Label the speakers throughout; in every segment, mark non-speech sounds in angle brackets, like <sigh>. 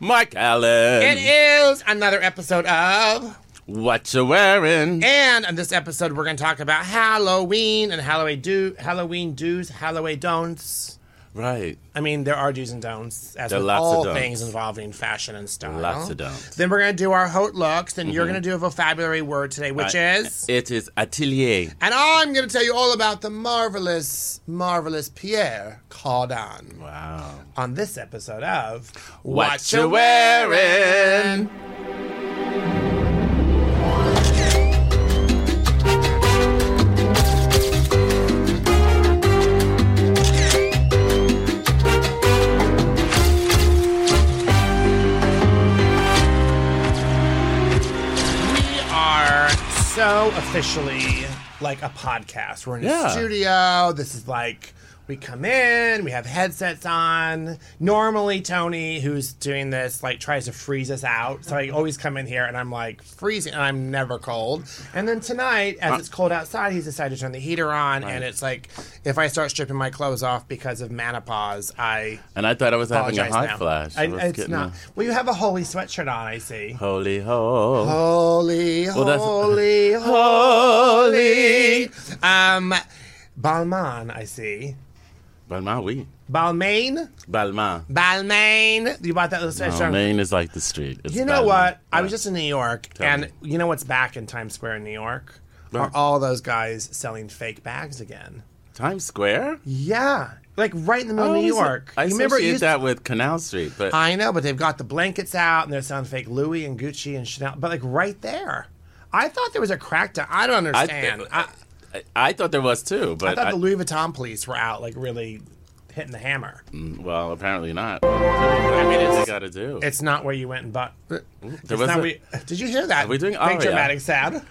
Speaker 1: Mark Allen.
Speaker 2: It is another episode of.
Speaker 1: What you wearing?
Speaker 2: And on this episode, we're going to talk about Halloween and Halloween do Halloween do's, Halloween don'ts.
Speaker 1: right.
Speaker 2: I mean, there are do's and don'ts as
Speaker 1: There are
Speaker 2: with
Speaker 1: lots of
Speaker 2: all
Speaker 1: don'ts.
Speaker 2: things involving fashion and style.
Speaker 1: Lots of don'ts. Mm-hmm.
Speaker 2: Then we're going to do our hot looks, and you're going to do a vocabulary word today, which
Speaker 1: Right.
Speaker 2: is.
Speaker 1: It is Atelier.
Speaker 2: And I'm going to tell you all about the marvelous, marvelous Pierre Cardin
Speaker 1: Wow.
Speaker 2: on this episode of
Speaker 1: What you wearing?
Speaker 2: We are so officially like a podcast. We're in a
Speaker 1: Yeah.
Speaker 2: studio. This is like we come in, we have headsets on. Normally Tony, who's doing this, like tries to freeze us out. So I always come in here and I'm like freezing and I'm never cold. And then tonight,
Speaker 1: Uh.
Speaker 2: as it's cold outside, he's decided to turn the heater on and it's like if I start stripping my clothes off because of menopause, I
Speaker 1: And I thought I was having a
Speaker 2: apologize
Speaker 1: hot
Speaker 2: now.
Speaker 1: flash.
Speaker 2: I,
Speaker 1: was
Speaker 2: it's
Speaker 1: getting
Speaker 2: not. Well, you have a holy sweatshirt on, I see.
Speaker 1: a- holy ho.
Speaker 2: Holy,
Speaker 1: that's- <laughs>
Speaker 2: holy, holy.
Speaker 1: Holy.
Speaker 2: Um, Balmain, I see.
Speaker 1: Balmain, oui.
Speaker 2: Balmain?
Speaker 1: Balmain.
Speaker 2: Balmain. You bought that little sweatshirt.
Speaker 1: Oh, Maine is like the street. It's
Speaker 2: You know
Speaker 1: Balmain.
Speaker 2: what? I was just in New York,
Speaker 1: Tell
Speaker 2: and
Speaker 1: me.
Speaker 2: you know what's back in Times Square in New York? Are
Speaker 1: Right.
Speaker 2: all those guys selling fake bags again?
Speaker 1: Times Square?
Speaker 2: Yeah. Like right in the middle
Speaker 1: I
Speaker 2: of New
Speaker 1: always-
Speaker 2: York.
Speaker 1: Oh, I
Speaker 2: you
Speaker 1: associate
Speaker 2: remember it used- Uh,
Speaker 1: that with Canal Street, but
Speaker 2: I know, but they've got the blankets out and they're selling fake Louis and Gucci and Chanel, but like right there. I thought there was a crackdown. I don't
Speaker 1: I,
Speaker 2: understand. I,
Speaker 1: I, I thought there was too,
Speaker 2: I
Speaker 1: but
Speaker 2: thought
Speaker 1: I-
Speaker 2: the Louis Vuitton police were out, like really hitting the hammer.
Speaker 1: Mm, well, apparently not.
Speaker 2: I mean,
Speaker 1: What
Speaker 2: it's,
Speaker 1: got to do?
Speaker 2: it's not where you went and bought. It's
Speaker 1: was
Speaker 2: not
Speaker 1: a-
Speaker 2: where you- did you hear that?
Speaker 1: we doing-
Speaker 2: Big
Speaker 1: oh, yeah.
Speaker 2: dramatic sound.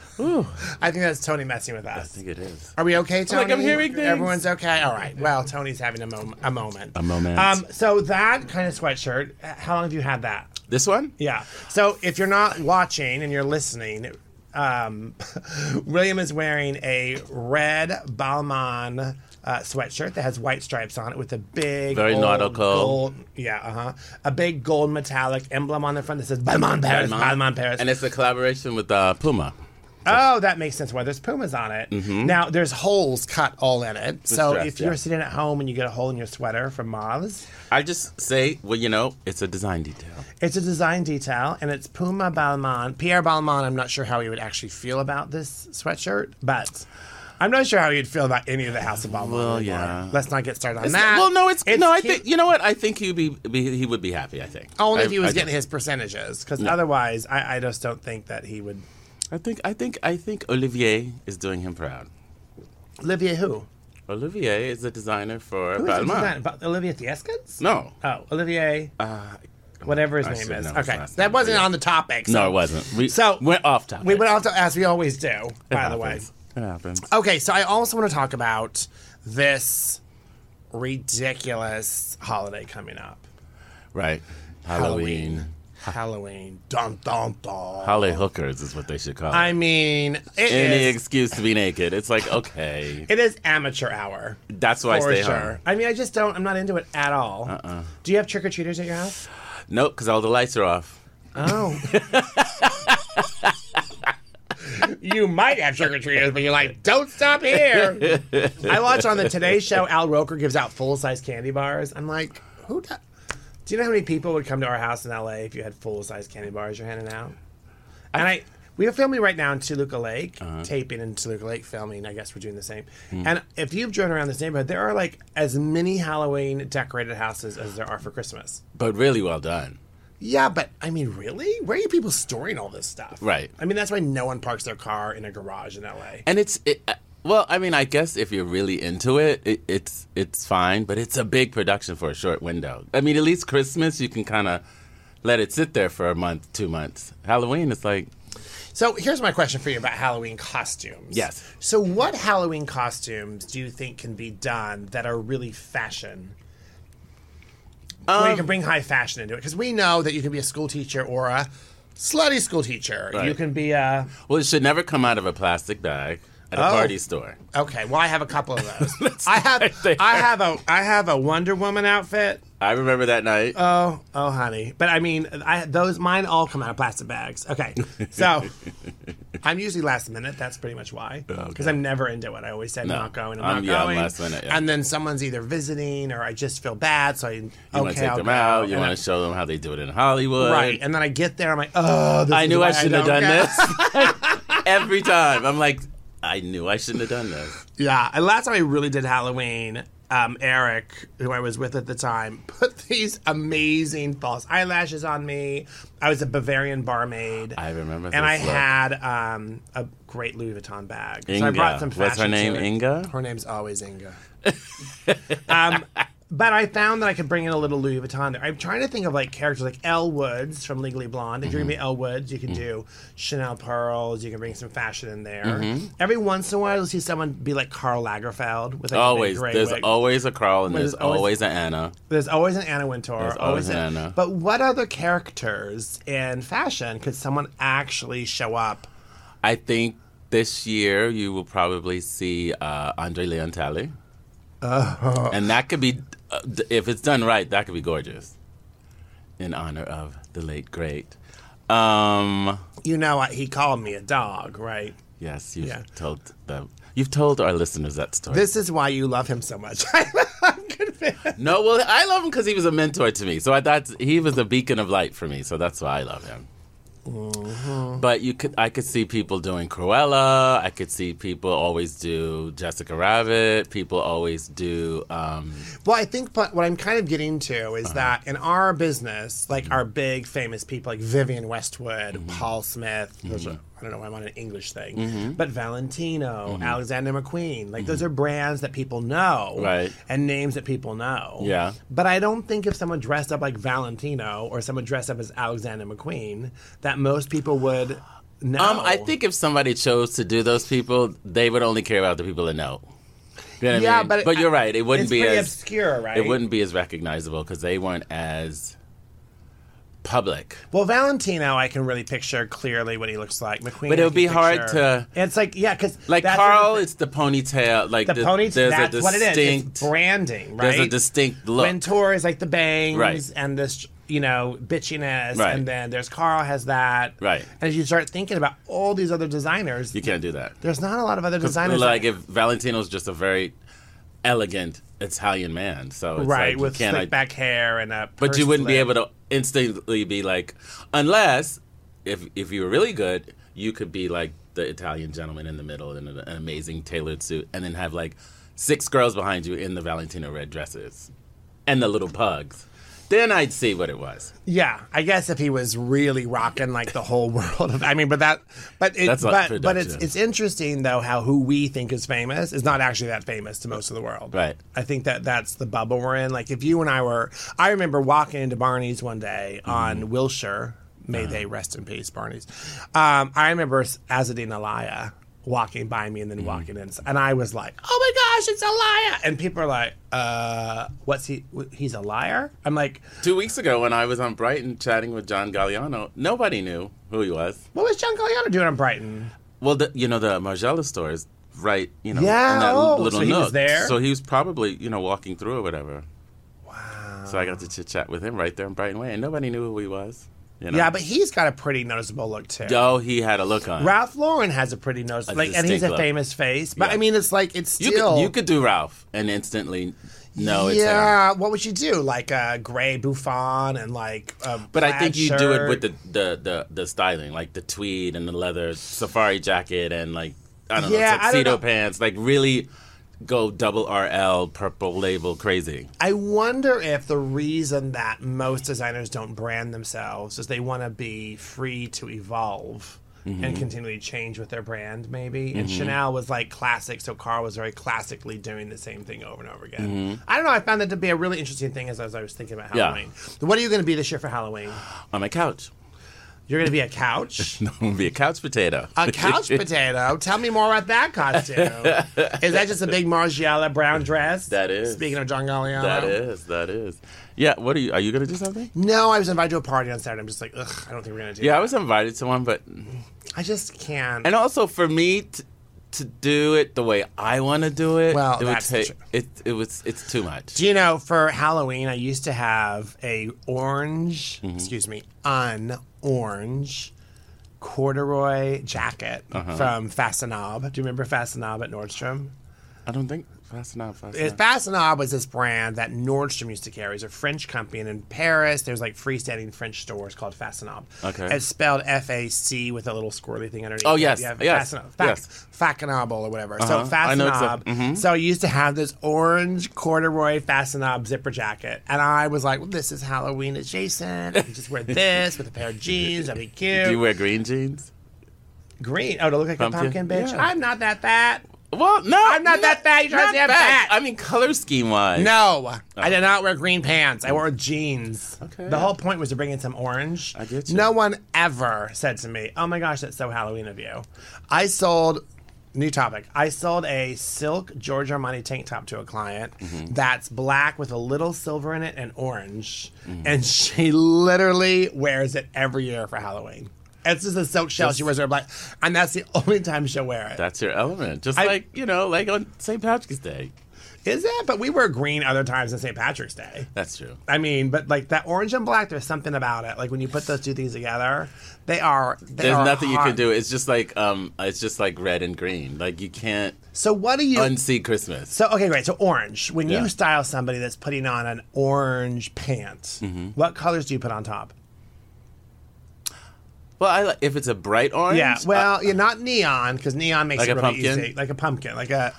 Speaker 2: I think that's Tony messing with
Speaker 1: I
Speaker 2: us.
Speaker 1: think it is.
Speaker 2: Are we okay, Tony?
Speaker 1: I'm hearing things.
Speaker 2: Everyone's okay. All right. Well, Tony's having a, mom- a moment. A
Speaker 1: moment.
Speaker 2: Um. So that kind of sweatshirt. h- How long have you had that?
Speaker 1: This one?
Speaker 2: Yeah. So if you're not watching and you're listening, um, <laughs> William is wearing a red Balmain uh, sweatshirt that has white stripes on it with a big
Speaker 1: Very
Speaker 2: old
Speaker 1: nautical.
Speaker 2: gold- yeah, uh huh. A big gold metallic emblem on the front that says Balmain Paris, Balmain Paris.
Speaker 1: And it's a collaboration with uh, Puma.
Speaker 2: oh, that makes sense why there's pumas on it. Now there's holes cut all in it. so
Speaker 1: dress,
Speaker 2: if you're
Speaker 1: Mm-hmm. yeah.
Speaker 2: sitting at home and you get a hole in your sweater from moths,
Speaker 1: I just say, well, you know, it's a design detail.
Speaker 2: It's a design detail, and it's Puma Balmain. Pierre Balmain, I'm not sure how he would actually feel about this sweatshirt, but I'm not sure how he'd feel about any of the House of Balmain.
Speaker 1: Well,
Speaker 2: anymore.
Speaker 1: yeah.
Speaker 2: Let's not get started on
Speaker 1: It's-
Speaker 2: that.
Speaker 1: well, no, it's, no. I
Speaker 2: cute-
Speaker 1: think you know what. I think he'd be, be he would be happy. I think
Speaker 2: Only
Speaker 1: I,
Speaker 2: if he was
Speaker 1: I,
Speaker 2: getting his percentages, because otherwise, I, I just don't think that he would.
Speaker 1: I think I think I think Olivier is doing him proud.
Speaker 2: Olivia who?
Speaker 1: Olivier is the designer for
Speaker 2: Who is the design-
Speaker 1: Balmain.
Speaker 2: Ba- Olivia Thieskens?
Speaker 1: No,
Speaker 2: Oh, Olivier,
Speaker 1: uh,
Speaker 2: whatever his
Speaker 1: I
Speaker 2: name
Speaker 1: should
Speaker 2: is.
Speaker 1: know his
Speaker 2: Okay,
Speaker 1: last
Speaker 2: that
Speaker 1: name,
Speaker 2: wasn't
Speaker 1: yeah.
Speaker 2: on the topic.
Speaker 1: no,
Speaker 2: so-
Speaker 1: it wasn't. We
Speaker 2: So-
Speaker 1: we're off topic.
Speaker 2: We went off to, as we always do,
Speaker 1: It
Speaker 2: by the way. Uh,
Speaker 1: happens. it happens.
Speaker 2: Okay, so I also want to talk about this ridiculous holiday coming up.
Speaker 1: Right, Halloween.
Speaker 2: Halloween. Dun dun dun.
Speaker 1: Holly hookers is what they should call it.
Speaker 2: I mean, it
Speaker 1: Any
Speaker 2: is,
Speaker 1: excuse to be naked. It's like okay,
Speaker 2: it is amateur hour.
Speaker 1: that's why I
Speaker 2: For
Speaker 1: stay
Speaker 2: sure.
Speaker 1: home.
Speaker 2: I mean, I just don't. I'm not into it at all. Uh-uh. Do you have trick or treaters at your house?
Speaker 1: Nope, because all the lights are off.
Speaker 2: Oh. <laughs> you might have trick or treaters, but you're like, don't stop here. <laughs> I watch on the Today Show, Al Roker gives out full size candy bars. I'm like, who do-, do you know how many people would come to our house in LA if you had full size candy bars you're handing out? And I. We are filming right now in Toluca Lake, taping in Toluca Lake, filming. I guess we're doing the same. And if you've driven around this neighborhood, there are like as many Halloween decorated houses as there are for Christmas.
Speaker 1: But really well done.
Speaker 2: Yeah, but I mean, really? Where are you people storing all this stuff?
Speaker 1: Right.
Speaker 2: I mean, that's why no one parks their car in a garage in LA.
Speaker 1: And it's it, uh, well, I mean, I guess if you're really into it, it, it's it's fine. But it's a big production for a short window. I mean, at least Christmas you can kind of let it sit there for a month, two months. Halloween, it's like
Speaker 2: So here's my question for you about Halloween costumes.
Speaker 1: Yes.
Speaker 2: So what Halloween costumes do you think can be done that are really fashion? Where you
Speaker 1: Um,
Speaker 2: can bring high fashion into it, because we know that you can be a school teacher or a slutty school teacher. You
Speaker 1: Right.
Speaker 2: can be a
Speaker 1: well, it should never come out of a plastic bag at a
Speaker 2: Oh.
Speaker 1: party store. <laughs>
Speaker 2: okay. Well, I have a couple of those. I have
Speaker 1: right there.
Speaker 2: I have a I have a Wonder Woman outfit
Speaker 1: I remember that night.
Speaker 2: Oh, oh, honey. But I mean, I those mine all come out of plastic bags. Okay,
Speaker 1: <laughs>
Speaker 2: so I'm usually last minute. That's pretty much why,
Speaker 1: Oh,
Speaker 2: because I'm never into it. I always say I'm not going. I'm,
Speaker 1: I'm-
Speaker 2: not
Speaker 1: Um, yeah, I'm
Speaker 2: going.
Speaker 1: last minute, yeah.
Speaker 2: And then someone's either visiting or I just feel bad, so I
Speaker 1: you
Speaker 2: okay,
Speaker 1: want to take
Speaker 2: I'll
Speaker 1: them
Speaker 2: go.
Speaker 1: out. You
Speaker 2: And I-
Speaker 1: want to show them how they do it in Hollywood.
Speaker 2: right? And then I get there, I'm like, oh, this
Speaker 1: I
Speaker 2: is
Speaker 1: knew
Speaker 2: why
Speaker 1: I shouldn't have
Speaker 2: don't
Speaker 1: done
Speaker 2: go.
Speaker 1: this. <laughs> Every time. I'm like, I knew I shouldn't have done this.
Speaker 2: <laughs> Yeah, and last time I really did Halloween, um, Eric, who I was with at the time, <laughs> put these amazing false eyelashes on me. I was a Bavarian barmaid.
Speaker 1: I remember
Speaker 2: and I
Speaker 1: this look.
Speaker 2: had um, a great Louis Vuitton bag. So I
Speaker 1: Inga.
Speaker 2: brought some.
Speaker 1: What's her
Speaker 2: fashion
Speaker 1: name,
Speaker 2: to it.
Speaker 1: Inga?
Speaker 2: Her name's always
Speaker 1: <laughs>
Speaker 2: Inga. um, but I found that I could bring in a little Louis Vuitton there. I'm trying to think of like characters like Elle Woods from Legally Blonde. If you're
Speaker 1: Mm-hmm.
Speaker 2: gonna be Elle Woods, you can do Chanel pearls. You can bring some fashion in there.
Speaker 1: Mm-hmm.
Speaker 2: Every once in a while, you'll see someone be like Karl Lagerfeld with like,
Speaker 1: Always.
Speaker 2: A big gray
Speaker 1: There's
Speaker 2: wig.
Speaker 1: always a Carl and there's
Speaker 2: there's always-
Speaker 1: always an Anna.
Speaker 2: There's always an Anna Wintour.
Speaker 1: There's always an Anna.
Speaker 2: But what other characters in fashion could someone actually show up?
Speaker 1: I think this year you will probably see uh, Andre Leontali. And that could be, uh, d- if it's done right, that could be gorgeous. In honor of the late great. Um,
Speaker 2: You know, I, he called me a dog, right?
Speaker 1: yes, you've
Speaker 2: Yeah.
Speaker 1: told them. You've told our listeners that story.
Speaker 2: This is why you love him so much. <laughs> I'm convinced.
Speaker 1: no, well, I love him because he was a mentor to me. So I thought he was a beacon of light for me. So that's why I love him.
Speaker 2: Mm-hmm.
Speaker 1: But you could, I could see people doing Cruella. I could see people always do Jessica Rabbit. People always do. Um,
Speaker 2: Well, I think but what I'm kind of getting to
Speaker 1: Uh-huh.
Speaker 2: is that in our business,
Speaker 1: Mm-hmm.
Speaker 2: like our big famous people like Vivian Westwood, Paul Smith,
Speaker 1: Mm-hmm.
Speaker 2: those are, I don't know why I'm on an English thing, but Valentino,
Speaker 1: Mm-hmm.
Speaker 2: Alexander McQueen, like those are brands that people know
Speaker 1: Right.
Speaker 2: and names that people know.
Speaker 1: Yeah.
Speaker 2: But I don't think if someone dressed up like Valentino or someone dressed up as Alexander McQueen, that most people would know.
Speaker 1: um, I think if somebody chose to do those people, they would only care about the people that know. You know what I
Speaker 2: Yeah,
Speaker 1: mean?
Speaker 2: but it-
Speaker 1: but you're right. It wouldn't
Speaker 2: it's
Speaker 1: be
Speaker 2: pretty
Speaker 1: as
Speaker 2: obscure, right?
Speaker 1: it wouldn't be as recognizable because they weren't as public.
Speaker 2: Well, Valentino, I can really picture clearly what he looks like. McQueen,
Speaker 1: But it would
Speaker 2: I can
Speaker 1: be hard
Speaker 2: picture.
Speaker 1: to-
Speaker 2: It's like yeah, because
Speaker 1: Like Carl, it's the ponytail. Like
Speaker 2: the, ponytail.
Speaker 1: There's
Speaker 2: That's
Speaker 1: a distinct,
Speaker 2: what it is. It's branding, right?
Speaker 1: There's a distinct look.
Speaker 2: Mentor is like the bangs
Speaker 1: Right.
Speaker 2: and this, you know, bitchiness,
Speaker 1: Right.
Speaker 2: and then there's Carl has that,
Speaker 1: Right.
Speaker 2: And as you start thinking about all these other designers,
Speaker 1: you can't do that.
Speaker 2: there's not a lot of other designers,
Speaker 1: like
Speaker 2: that-
Speaker 1: if Valentino's just a very elegant Italian man, so it's
Speaker 2: right,
Speaker 1: like,
Speaker 2: with
Speaker 1: you can't,
Speaker 2: slick
Speaker 1: I-
Speaker 2: back hair and a.
Speaker 1: but you wouldn't be able to instantly be like, unless if if you were really good, you could be like the Italian gentleman in the middle in an, an amazing tailored suit, and then have like six girls behind you in the Valentino red dresses and the little pugs. Then I'd see what it was.
Speaker 2: Yeah, I guess if he was really rocking like the whole <laughs> world of, I mean, but that, but it,
Speaker 1: That's a
Speaker 2: but, but it's
Speaker 1: production.
Speaker 2: it's interesting though how who we think is famous is not actually that famous to most of the world.
Speaker 1: Right.
Speaker 2: I think that that's the bubble we're in. Like if you and I were, I remember walking into Barney's one day
Speaker 1: Mm-hmm.
Speaker 2: on Wilshire. May
Speaker 1: Uh-huh.
Speaker 2: they rest in peace, Barney's. Um, I remember Azadine Alaya walking by me and
Speaker 1: Mm-hmm.
Speaker 2: then walking in, and I was like, "Oh my gosh, it's Alaya!" And people are like, "Uh, what's he? wh- He's a liar?" I'm like.
Speaker 1: Two weeks ago, when I was on Brighton chatting with John Galliano, nobody knew who he was.
Speaker 2: What was John Galliano doing on Brighton?
Speaker 1: Well, the, you know, the Margiela store is right, you know,
Speaker 2: Yeah,
Speaker 1: in that
Speaker 2: oh,
Speaker 1: little
Speaker 2: so he was
Speaker 1: nook.
Speaker 2: there?
Speaker 1: So he was probably, you know, walking through or whatever. Wow. So I got to chit chat with him right there in Brighton Way, and nobody knew who he was. You know?
Speaker 2: Yeah, but he's got a pretty noticeable look too.
Speaker 1: oh, he had a look on.
Speaker 2: Ralph Lauren has a pretty noticeable,
Speaker 1: A
Speaker 2: like, and he's
Speaker 1: distinct
Speaker 2: a
Speaker 1: look.
Speaker 2: famous face. But
Speaker 1: Yeah.
Speaker 2: I mean, it's like it's
Speaker 1: you
Speaker 2: still.
Speaker 1: could, you could do Ralph and instantly know it's uh, him.
Speaker 2: yeah. What would you do? Like a gray bouffant and like. A
Speaker 1: But I
Speaker 2: plaid
Speaker 1: think you do it
Speaker 2: shirt?
Speaker 1: with the, the, the, the styling, like the tweed and the leather safari jacket and like I don't
Speaker 2: Yeah,
Speaker 1: know,
Speaker 2: I don't
Speaker 1: tuxedo
Speaker 2: know.
Speaker 1: pants, like really go double RL purple label crazy.
Speaker 2: I wonder if the reason that most designers don't brand themselves is they want to be free to evolve
Speaker 1: Mm-hmm.
Speaker 2: and continually change with their brand, maybe. And Chanel was like classic, so Carl was very classically doing the same thing over and over again. I don't know. I found that to be a really interesting thing as, as I was thinking about
Speaker 1: Mm-hmm. Yeah.
Speaker 2: Halloween. What are you going to be this year for Halloween?
Speaker 1: On my couch. <laughs>
Speaker 2: You're going to be a couch.
Speaker 1: I'm gonna be a couch potato.
Speaker 2: A
Speaker 1: <laughs>
Speaker 2: couch potato. Tell me more about that costume. Is that just a big Margiela brown dress?
Speaker 1: That is.
Speaker 2: Speaking of John Galliano,
Speaker 1: that is, that is. Yeah, what are you are you gonna do something?
Speaker 2: No, I was invited to a party on Saturday. I'm just like, ugh, I don't think we're gonna do.
Speaker 1: Yeah, I
Speaker 2: that.
Speaker 1: was invited to one, but
Speaker 2: I just can't.
Speaker 1: and also for me t- to do it the way I want to do it,
Speaker 2: Well,
Speaker 1: it would
Speaker 2: that's the
Speaker 1: take
Speaker 2: tr-
Speaker 1: it. It was it's too much.
Speaker 2: Do you know for Halloween I used to have a orange, excuse me, un orange corduroy jacket from Fastenab. Do you remember Fastenab at Nordstrom?
Speaker 1: I don't think fast enough. Fast
Speaker 2: It,
Speaker 1: enough.
Speaker 2: Fastenab was this brand that Nordstrom used to carry. It's a French company, and in Paris, there's like freestanding French stores called Fastenab.
Speaker 1: Okay.
Speaker 2: It's spelled F A C with a little squirrely thing underneath.
Speaker 1: Oh,
Speaker 2: it.
Speaker 1: yes,
Speaker 2: yeah,
Speaker 1: yes,
Speaker 2: Fastenab,
Speaker 1: yes.
Speaker 2: Fastenable or whatever. So
Speaker 1: Uh-huh, I know
Speaker 2: Fastenab.
Speaker 1: exactly-
Speaker 2: So I used to have this orange corduroy Fastenab zipper jacket, and I was like, well, "This is Halloween adjacent. I can
Speaker 1: <laughs>
Speaker 2: just wear this with a pair of jeans. That'd be cute.
Speaker 1: do you wear green jeans?
Speaker 2: Green. Oh, to look like a
Speaker 1: Pumpkin?
Speaker 2: pumpkin, bitch.
Speaker 1: Yeah.
Speaker 2: I'm not that fat.
Speaker 1: Well, no, I'm
Speaker 2: not that fat. You're trying to say I'm fat.
Speaker 1: I mean, color scheme wise.
Speaker 2: No, I did not wear green pants. I wore jeans.
Speaker 1: Okay.
Speaker 2: The whole point was to bring in some orange. I
Speaker 1: get you.
Speaker 2: No one ever said to me, "Oh my gosh, that's so Halloween of you." I sold. New topic. I sold a silk Giorgio Armani tank top to a client that's black with a little silver in it and orange, and she literally wears it every year for Halloween. It's just a silk shell she wears her black, and that's the only time she'll wear it.
Speaker 1: that's your element. Just
Speaker 2: I-
Speaker 1: like you know, like on St. Patrick's Day.
Speaker 2: Is it? But we wear green other times on St. Patrick's Day.
Speaker 1: That's true.
Speaker 2: I mean, but like that orange and black, there's something about it. Like when you put those two things together, they are. They
Speaker 1: There's
Speaker 2: are
Speaker 1: nothing you
Speaker 2: hot.
Speaker 1: can do. It's just like um, it's just like red and green. Like you can't
Speaker 2: So what do you?
Speaker 1: unsee Christmas.
Speaker 2: so okay, great. So orange. When
Speaker 1: Yeah.
Speaker 2: you style somebody that's putting on an orange pants,
Speaker 1: Mm-hmm.
Speaker 2: what colors do you put on top?
Speaker 1: well, I, li- if it's a bright orange,
Speaker 2: Yeah.
Speaker 1: uh,
Speaker 2: Well, yeah, not neon because neon makes
Speaker 1: Like
Speaker 2: it
Speaker 1: a
Speaker 2: really
Speaker 1: pumpkin?
Speaker 2: easy. Like a pumpkin, like a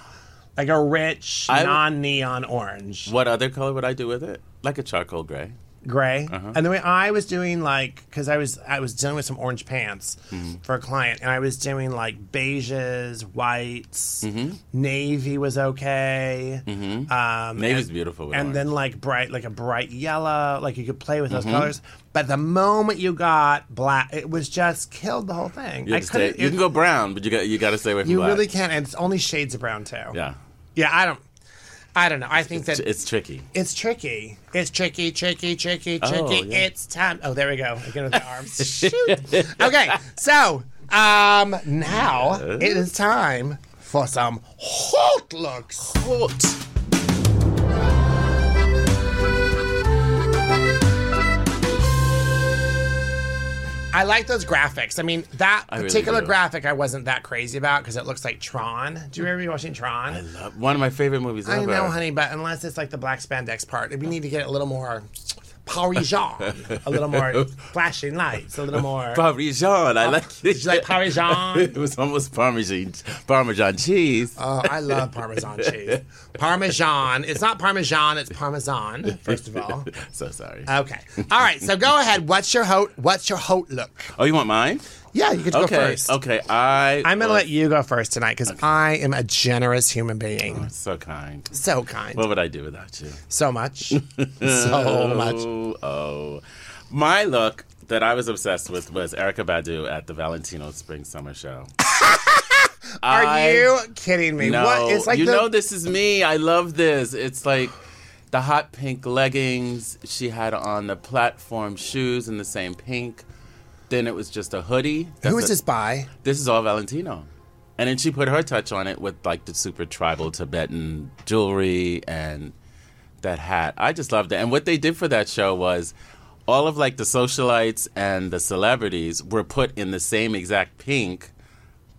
Speaker 2: like a rich
Speaker 1: I-
Speaker 2: non-neon orange.
Speaker 1: I- what other color would I do with it? Like a charcoal gray.
Speaker 2: gray.
Speaker 1: Uh-huh.
Speaker 2: And the way I was doing like because I was I was dealing with some orange pants
Speaker 1: Mm-hmm.
Speaker 2: for a client, and I was doing like beiges, whites,
Speaker 1: Mm-hmm.
Speaker 2: navy was okay, um,
Speaker 1: Navy's beautiful. With
Speaker 2: and
Speaker 1: orange.
Speaker 2: then like bright like a bright yellow. Like you could play with those
Speaker 1: Mm-hmm.
Speaker 2: colors. But the moment you got black, it was just killed the whole thing.
Speaker 1: you, have to stay- you
Speaker 2: it-
Speaker 1: can go brown, but you got you got to stay away from
Speaker 2: You
Speaker 1: black.
Speaker 2: really can't, and it's only shades of brown too.
Speaker 1: yeah,
Speaker 2: yeah. I don't. I don't know. I think that
Speaker 1: it's tricky.
Speaker 2: it's tricky. It's tricky, tricky, tricky, tricky.
Speaker 1: Oh, yeah.
Speaker 2: It's time. Oh, there we go. Again
Speaker 1: <laughs>
Speaker 2: with the arms. Shoot. Okay, so um, now it is time for some hot looks.
Speaker 1: What?
Speaker 2: I like those graphics. I mean, that
Speaker 1: really
Speaker 2: particular
Speaker 1: do.
Speaker 2: graphic I wasn't that crazy about because it looks like Tron. Do you remember you watching Tron?
Speaker 1: I love one of my favorite movies
Speaker 2: I
Speaker 1: ever.
Speaker 2: know, honey, but unless it's like the black spandex part, we need to get a little more Parisian, a little <laughs> more flashing lights, a little more.
Speaker 1: Parmesan. I like it.
Speaker 2: Did you Uh, like Parisian?
Speaker 1: <laughs> it was almost Parmesan, Parmesan cheese.
Speaker 2: Oh, I love Parmesan cheese. Parmesan. It's not Parmesan, it's Parmesan, first of all.
Speaker 1: so sorry.
Speaker 2: Okay. All right, so go ahead. What's your hot what's your hot look?
Speaker 1: oh, you want mine?
Speaker 2: Yeah, you get to
Speaker 1: Okay.
Speaker 2: go first.
Speaker 1: Okay. I.
Speaker 2: I'm gonna
Speaker 1: well,
Speaker 2: let you go first tonight because I am a generous human being.
Speaker 1: So kind.
Speaker 2: So kind.
Speaker 1: What would I do without you?
Speaker 2: so
Speaker 1: <laughs>
Speaker 2: much. so much.
Speaker 1: Oh, oh. My look that I was obsessed with was Erica Badu at the Valentino Spring Summer Show.
Speaker 2: <laughs> Are
Speaker 1: I-
Speaker 2: you kidding me?
Speaker 1: No,
Speaker 2: what it's like
Speaker 1: you
Speaker 2: the,
Speaker 1: know this is me. I love this. It's like the hot pink leggings she had on the platform shoes in the same pink. Then it was just a hoodie.
Speaker 2: who
Speaker 1: That's
Speaker 2: is
Speaker 1: a-
Speaker 2: this by?
Speaker 1: This is all Valentino. And then she put her touch on it with like the super tribal Tibetan jewelry and that hat. I just loved it. And what they did for that show was all of like the socialites and the celebrities were put in the same exact pink,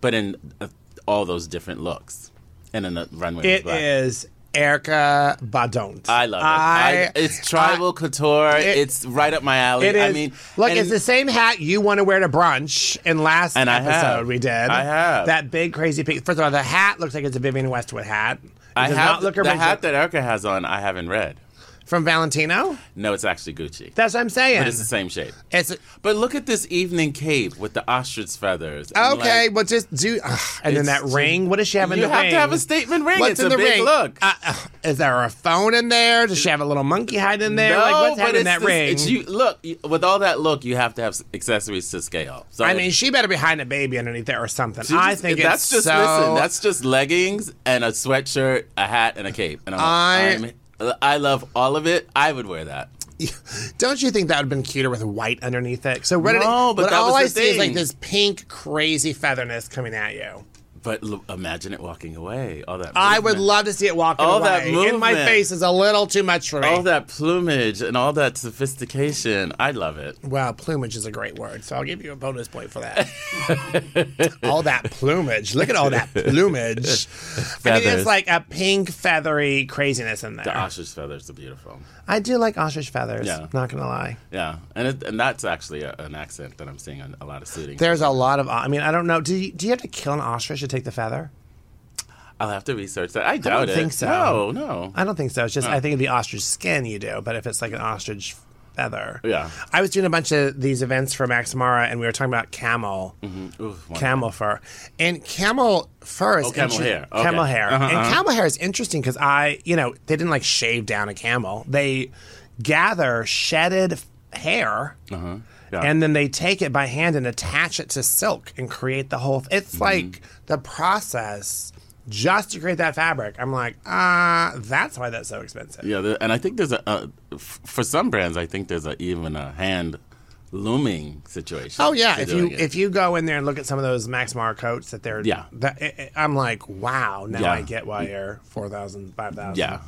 Speaker 1: but in uh, all those different looks. And in the runway was
Speaker 2: It
Speaker 1: black.
Speaker 2: is Erica Badont.
Speaker 1: I love it. I, it's tribal couture. it's right up my alley.
Speaker 2: It is.
Speaker 1: I mean,
Speaker 2: look,
Speaker 1: and-
Speaker 2: it's the same hat you want to wear to brunch in last
Speaker 1: And I
Speaker 2: episode
Speaker 1: have.
Speaker 2: we did.
Speaker 1: I have.
Speaker 2: that big crazy pink. First of all, the hat looks like it's a Vivian Westwood hat. It
Speaker 1: I
Speaker 2: does
Speaker 1: have
Speaker 2: not look
Speaker 1: the
Speaker 2: original.
Speaker 1: hat that Erica has on. I haven't read.
Speaker 2: from Valentino.
Speaker 1: No, it's actually Gucci.
Speaker 2: That's what I'm saying.
Speaker 1: But it's the same shape.
Speaker 2: It's-
Speaker 1: But look at this evening cape with the ostrich feathers. I'm
Speaker 2: okay.
Speaker 1: like,
Speaker 2: well, just do. ugh. and then
Speaker 1: It's
Speaker 2: that
Speaker 1: just-
Speaker 2: ring. What does she have in
Speaker 1: you
Speaker 2: the
Speaker 1: have
Speaker 2: ring?
Speaker 1: to have a statement ring.
Speaker 2: What's
Speaker 1: it's
Speaker 2: in
Speaker 1: a
Speaker 2: the
Speaker 1: big
Speaker 2: ring?
Speaker 1: look.
Speaker 2: Uh, uh, is there a phone in there? Does she have a little monkey hide in there?
Speaker 1: no,
Speaker 2: like what's
Speaker 1: but
Speaker 2: happening
Speaker 1: it's
Speaker 2: in that
Speaker 1: this-
Speaker 2: ring?
Speaker 1: It's you, look, you- with all that look, you have to have s- accessories to scale. So
Speaker 2: I mean, she better be hiding a baby underneath there or something.
Speaker 1: you
Speaker 2: I
Speaker 1: just-
Speaker 2: think
Speaker 1: that's
Speaker 2: it's
Speaker 1: just
Speaker 2: so.
Speaker 1: listen. That's just leggings and a sweatshirt, a hat, and a cape. And I'm,
Speaker 2: I-
Speaker 1: I'm- I love all of it. I would wear that.
Speaker 2: Don't you think that would have been cuter with white underneath it? So what?
Speaker 1: No,
Speaker 2: it, what
Speaker 1: but that
Speaker 2: all
Speaker 1: was
Speaker 2: I
Speaker 1: the
Speaker 2: see is like
Speaker 1: thing.
Speaker 2: this pink crazy featherness coming at you.
Speaker 1: But l- imagine it walking away. All that.
Speaker 2: I would
Speaker 1: movement.
Speaker 2: love to see it walking
Speaker 1: All
Speaker 2: away.
Speaker 1: that
Speaker 2: In my
Speaker 1: movement.
Speaker 2: face is a little too much for me.
Speaker 1: all that plumage and all that sophistication. I love it.
Speaker 2: Well, plumage is a great word, so I'll give you a bonus point for
Speaker 1: <laughs>
Speaker 2: that. all that plumage. Look at all that
Speaker 1: <laughs>
Speaker 2: plumage. I mean, it's
Speaker 1: Feathers.
Speaker 2: like a pink, feathery craziness in
Speaker 1: The
Speaker 2: there.
Speaker 1: ostrich feathers are beautiful.
Speaker 2: I do like ostrich feathers,
Speaker 1: Yeah.
Speaker 2: not going to lie.
Speaker 1: Yeah, and it, and that's actually a, an accent that I'm seeing on a lot of suiting.
Speaker 2: There's a lot of, I mean, I don't know. Do you, do you have to kill an ostrich to take the feather?
Speaker 1: I'll have to research that. I doubt it.
Speaker 2: think so.
Speaker 1: No, no.
Speaker 2: I don't think so. It's just, I think it'd be ostrich skin you do, but if it's like an ostrich feather.
Speaker 1: Yeah.
Speaker 2: I was doing a bunch of these events for Max Mara, and we were talking about
Speaker 1: Mm-hmm.
Speaker 2: camel.
Speaker 1: Oof, one-
Speaker 2: camel fur. And camel fur is
Speaker 1: Oh, camel
Speaker 2: inter-
Speaker 1: hair. Okay.
Speaker 2: Camel hair.
Speaker 1: Uh-huh,
Speaker 2: and
Speaker 1: uh-huh.
Speaker 2: camel hair is interesting because I, you know, they didn't like shave down a camel. They gather shedded f- hair.
Speaker 1: Uh-huh. Yeah.
Speaker 2: And then they take it by hand and attach it to silk and create the whole. it's
Speaker 1: Mm-hmm.
Speaker 2: like the process just to create that fabric. I'm like, ah, that's why that's so expensive.
Speaker 1: Yeah, the, and I think there's a, a f- for some brands. I think there's a, even a hand looming situation.
Speaker 2: Oh yeah,
Speaker 1: to
Speaker 2: if you
Speaker 1: doing it.
Speaker 2: if you go in there and look at some of those Max Mara coats that they're
Speaker 1: Yeah.
Speaker 2: that, i i I'm like wow now
Speaker 1: Yeah.
Speaker 2: I get why you're four thousand five thousand
Speaker 1: yeah,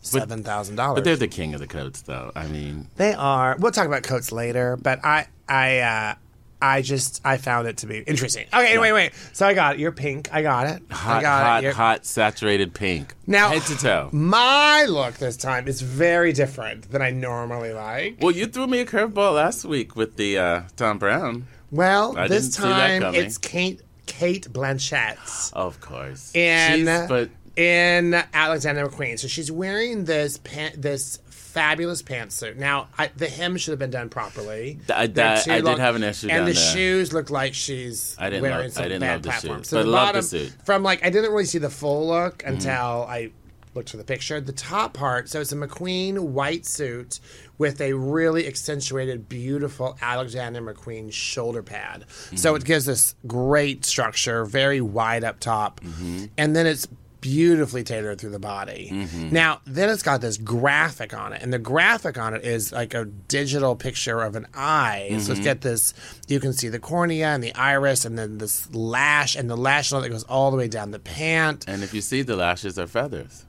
Speaker 2: seven thousand
Speaker 1: but they're
Speaker 2: dollars
Speaker 1: the king of the coats, though. I mean,
Speaker 2: they are we'll talk about coats later but I I uh, I just I found it to be interesting okay anyway wait so I got it you're pink I got it I
Speaker 1: hot,
Speaker 2: got it
Speaker 1: hot,
Speaker 2: You're-
Speaker 1: hot, saturated pink.
Speaker 2: now
Speaker 1: head to toe.
Speaker 2: my look this time is very different than I normally like
Speaker 1: Well, you threw me a curveball last week with the uh, Tom Brown.
Speaker 2: well
Speaker 1: I
Speaker 2: this
Speaker 1: didn't see that
Speaker 2: time
Speaker 1: coming.
Speaker 2: it's Kate Kate Blanchett.
Speaker 1: Of course.
Speaker 2: in
Speaker 1: She's- but
Speaker 2: in Alexander McQueen. So she's wearing this pan, this fabulous pantsuit. Now I, the hem should have been done properly.
Speaker 1: Th- I-
Speaker 2: They're
Speaker 1: that-
Speaker 2: too
Speaker 1: I did have an issue
Speaker 2: And
Speaker 1: down
Speaker 2: the
Speaker 1: there.
Speaker 2: shoes look like she's
Speaker 1: I didn't
Speaker 2: wearing
Speaker 1: love-
Speaker 2: some
Speaker 1: I didn't
Speaker 2: bad
Speaker 1: love the
Speaker 2: platform.
Speaker 1: suit,
Speaker 2: So
Speaker 1: but
Speaker 2: the
Speaker 1: I love the
Speaker 2: bottom
Speaker 1: suit. Mm-hmm.
Speaker 2: from like I didn't really see the full look until I looked for the picture. The top part, so it's a McQueen white suit with a really accentuated, beautiful Alexander McQueen shoulder pad.
Speaker 1: Mm-hmm.
Speaker 2: So it gives this great structure, very wide up top,
Speaker 1: Mm-hmm.
Speaker 2: and then it's beautifully tailored through the body. Now, then it's got this graphic on it, and the graphic on it is like a digital picture of an eye. So it's got this, you can see the cornea and the iris, and then this lash, and the lash line that goes all the way down the pant.
Speaker 1: and if you see the lashes are feathers.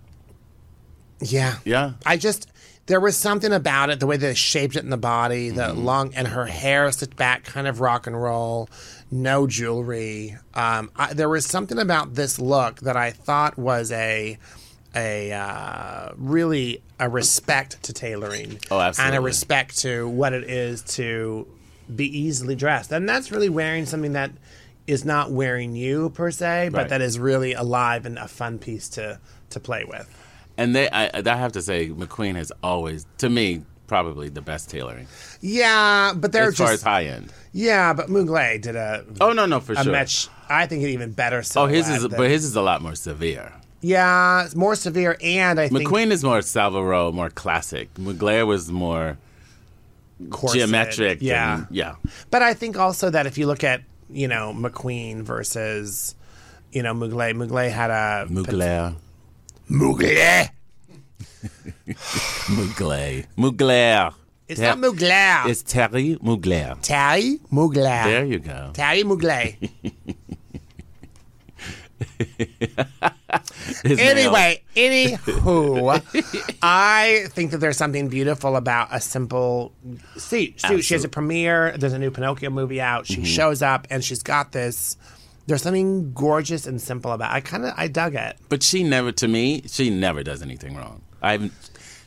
Speaker 2: Yeah.
Speaker 1: Yeah.
Speaker 2: I just there was something about it, the way they shaped it in the body, the
Speaker 1: Mm-hmm.
Speaker 2: long and her hair sit back, kind of rock and roll, no jewelry. Um, I, there was something about this look that I thought was a a uh, really a respect to tailoring,
Speaker 1: Oh, absolutely.
Speaker 2: and a respect to what it is to be easily dressed, and that's really wearing something that is not wearing you per se, but
Speaker 1: Right.
Speaker 2: that is really alive and a fun piece to to play with.
Speaker 1: And they, I, I have to say, McQueen has always, to me, probably the best tailoring
Speaker 2: Yeah, but they're
Speaker 1: as
Speaker 2: just
Speaker 1: far as high end.
Speaker 2: Yeah, but Mugler did a
Speaker 1: Oh no, no, for
Speaker 2: a
Speaker 1: sure.
Speaker 2: match. I think an even better.
Speaker 1: oh, his is,
Speaker 2: silhouette than-
Speaker 1: but his is a lot more severe.
Speaker 2: yeah, it's more severe, and I think
Speaker 1: McQueen is more Salvaro, more classic. Mugler was more
Speaker 2: corset.
Speaker 1: geometric.
Speaker 2: Yeah,
Speaker 1: and- yeah.
Speaker 2: but I think also that if you look at you know McQueen versus you know Mugler, Mugler had a
Speaker 1: Mugler,
Speaker 2: Mugler.
Speaker 1: Mugler, Mugler.
Speaker 2: It's
Speaker 1: Ter-
Speaker 2: not Mugler. It's
Speaker 1: It's Terry Mugler.
Speaker 2: Terry Mugler.
Speaker 1: There you go.
Speaker 2: Terry Mugler.
Speaker 1: His nails.
Speaker 2: Anyway,
Speaker 1: <laughs>
Speaker 2: anywho, I think that there's something beautiful about a simple suit. suit. She has a premiere. There's a new Pinocchio movie out.
Speaker 1: Mm-hmm.
Speaker 2: She shows up and she's got this. There's something gorgeous and simple about. I kind of I dug it.
Speaker 1: But she never, to me, she never does anything wrong. I've,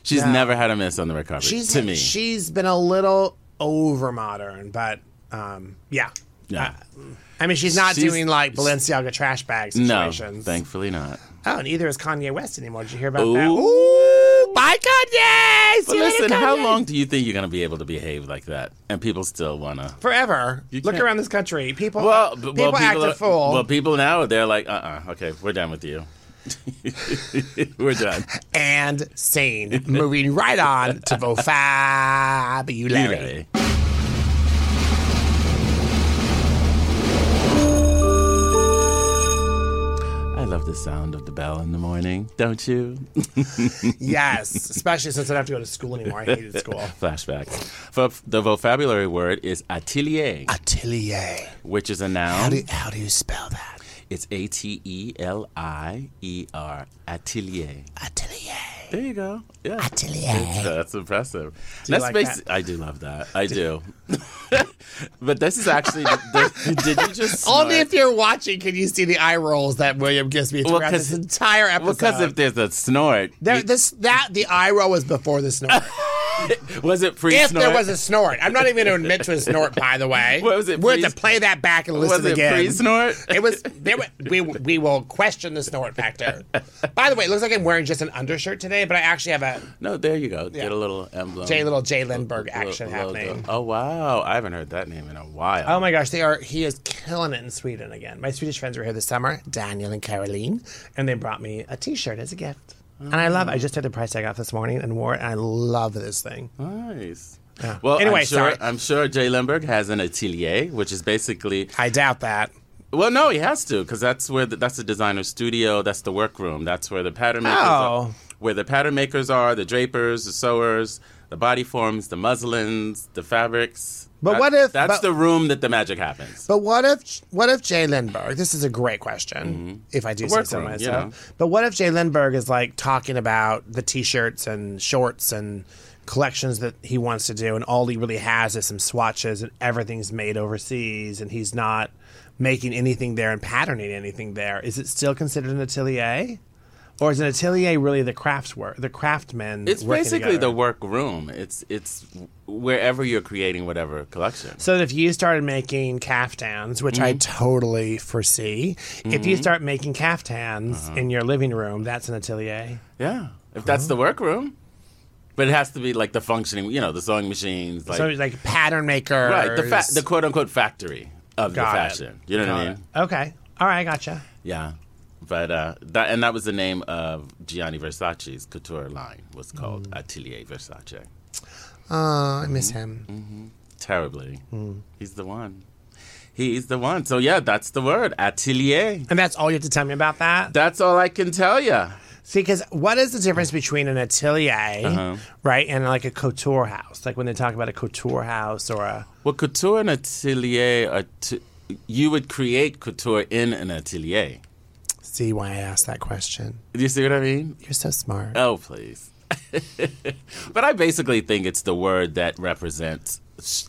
Speaker 1: she's
Speaker 2: No.
Speaker 1: never had a miss on the recovery.
Speaker 2: She's
Speaker 1: to me,
Speaker 2: she's been a little over modern, but um, yeah.
Speaker 1: Yeah.
Speaker 2: I mean, she's not
Speaker 1: She's-
Speaker 2: doing like Balenciaga trash bag
Speaker 1: no,
Speaker 2: situations.
Speaker 1: thankfully not.
Speaker 2: oh, neither is Kanye West anymore. Did you hear about that? Ooh,
Speaker 1: Ooh,
Speaker 2: bye, Kanye. See
Speaker 1: But
Speaker 2: you later,
Speaker 1: listen, how
Speaker 2: Kanye!
Speaker 1: long do you think you're going to be able to behave like that? And people still want to.
Speaker 2: forever. Look
Speaker 1: can't-
Speaker 2: around this country. People,
Speaker 1: Well, b-
Speaker 2: people,
Speaker 1: well,
Speaker 2: act
Speaker 1: people
Speaker 2: a
Speaker 1: are-
Speaker 2: fool.
Speaker 1: Well, people now they're like, uh, uh okay, we're done with you. <laughs>
Speaker 2: <laughs>
Speaker 1: we're done.
Speaker 2: and <laughs> sane. Moving right on to
Speaker 1: You
Speaker 2: vocabulary.
Speaker 1: ready? I love the sound of the bell in the morning, don't you?
Speaker 2: <laughs> Yes, especially since I don't have to go to school anymore. I <laughs> hated school.
Speaker 1: Flashback. For the vocabulary word is atelier,
Speaker 2: Atelier.
Speaker 1: which is a
Speaker 2: How
Speaker 1: noun.
Speaker 2: do, how do you spell that?
Speaker 1: It's A T E L I E R Atelier.
Speaker 2: Atelier.
Speaker 1: There you go. Yeah.
Speaker 2: Atelier.
Speaker 1: Yeah, that's impressive.
Speaker 2: you
Speaker 1: that's
Speaker 2: like
Speaker 1: basi- I do love that. I do. <laughs> but this is actually. the- the- did you
Speaker 2: <laughs>
Speaker 1: just?
Speaker 2: Only
Speaker 1: snort?
Speaker 2: if you're watching can you see the eye rolls that William gives me throughout
Speaker 1: 'cause-
Speaker 2: this entire episode.
Speaker 1: Because if there's a snort,
Speaker 2: there, this that the eye roll was before the snort.
Speaker 1: was it pre
Speaker 2: if
Speaker 1: snort?
Speaker 2: there was a snort, I'm not even going to admit to a snort. By the way,
Speaker 1: <laughs> What was it,
Speaker 2: We're to
Speaker 1: please?
Speaker 2: play that back and listen
Speaker 1: was it
Speaker 2: again.
Speaker 1: pre snort?
Speaker 2: <laughs> It was there. wa- We we will question the snort factor. By the way, it looks like I'm wearing just an undershirt today, but I actually have a
Speaker 1: No, there you go. Get a little emblem.
Speaker 2: J little Jay Lindberg
Speaker 1: Little-
Speaker 2: action
Speaker 1: little-
Speaker 2: happening.
Speaker 1: Oh wow, I haven't heard that name in a while.
Speaker 2: Oh my gosh, they are. He is killing it in Sweden again. My Swedish friends were here this summer, Daniel and Caroline, and they brought me a T-shirt as a gift. And I love. I just took the price tag off this morning and wore it. And I love this thing.
Speaker 1: Nice. Well,
Speaker 2: Anyway,
Speaker 1: I'm sure,
Speaker 2: sorry.
Speaker 1: I'm sure Jay Lindberg has an atelier, which is basically
Speaker 2: I doubt that.
Speaker 1: well, no, he has to because that's where the, that's the designer studio, that's the workroom, that's where the pattern makers
Speaker 2: Oh.
Speaker 1: are, where the pattern makers are, the drapers, the sewers, the body forms, the muslins, the fabrics.
Speaker 2: But
Speaker 1: That-
Speaker 2: what if-
Speaker 1: that's
Speaker 2: but-
Speaker 1: the room that the magic happens?
Speaker 2: But what if what if Jay Lindberg? This is a great
Speaker 1: Mm-hmm.
Speaker 2: question. If I do say so
Speaker 1: workroom,
Speaker 2: myself.
Speaker 1: yeah.
Speaker 2: But what if Jay Lindberg is like talking about the T-shirts and shorts and collections that he wants to do, and all he really has is some swatches, and everything's made overseas, and he's not making anything there and patterning anything there. Is it still considered an atelier? Or is an atelier really the crafts work, the craftsmen?
Speaker 1: It's
Speaker 2: working
Speaker 1: basically
Speaker 2: together?
Speaker 1: the workroom. It's it's wherever you're creating whatever collection.
Speaker 2: So if you started making caftans, which I totally foresee, if you start making caftans in your living room, that's an atelier.
Speaker 1: Yeah, if that's the workroom, but it has to be like the functioning, you know, the sewing machines, like
Speaker 2: So like pattern maker,
Speaker 1: right, the fa- the quote unquote factory of the
Speaker 2: Got it.
Speaker 1: fashion. You know what I mean?
Speaker 2: okay, all right, gotcha.
Speaker 1: Yeah. But uh, that and that was the name of Gianni Versace's couture line was called Atelier Versace.
Speaker 2: Oh, I miss him.
Speaker 1: Terribly, he's the one. He's the one. So yeah, that's the word atelier.
Speaker 2: And that's all you have to tell me about that.
Speaker 1: That's all I can tell you.
Speaker 2: See, because what is the difference between an atelier, Uh-huh. right, and like a couture house? Like when they talk about a couture house or a
Speaker 1: Well, couture and atelier are t- you would create couture in an atelier.
Speaker 2: see why I asked that question.
Speaker 1: Do you see what I mean?
Speaker 2: You're so smart.
Speaker 1: Oh, please. <laughs> but I basically think it's the word that represents,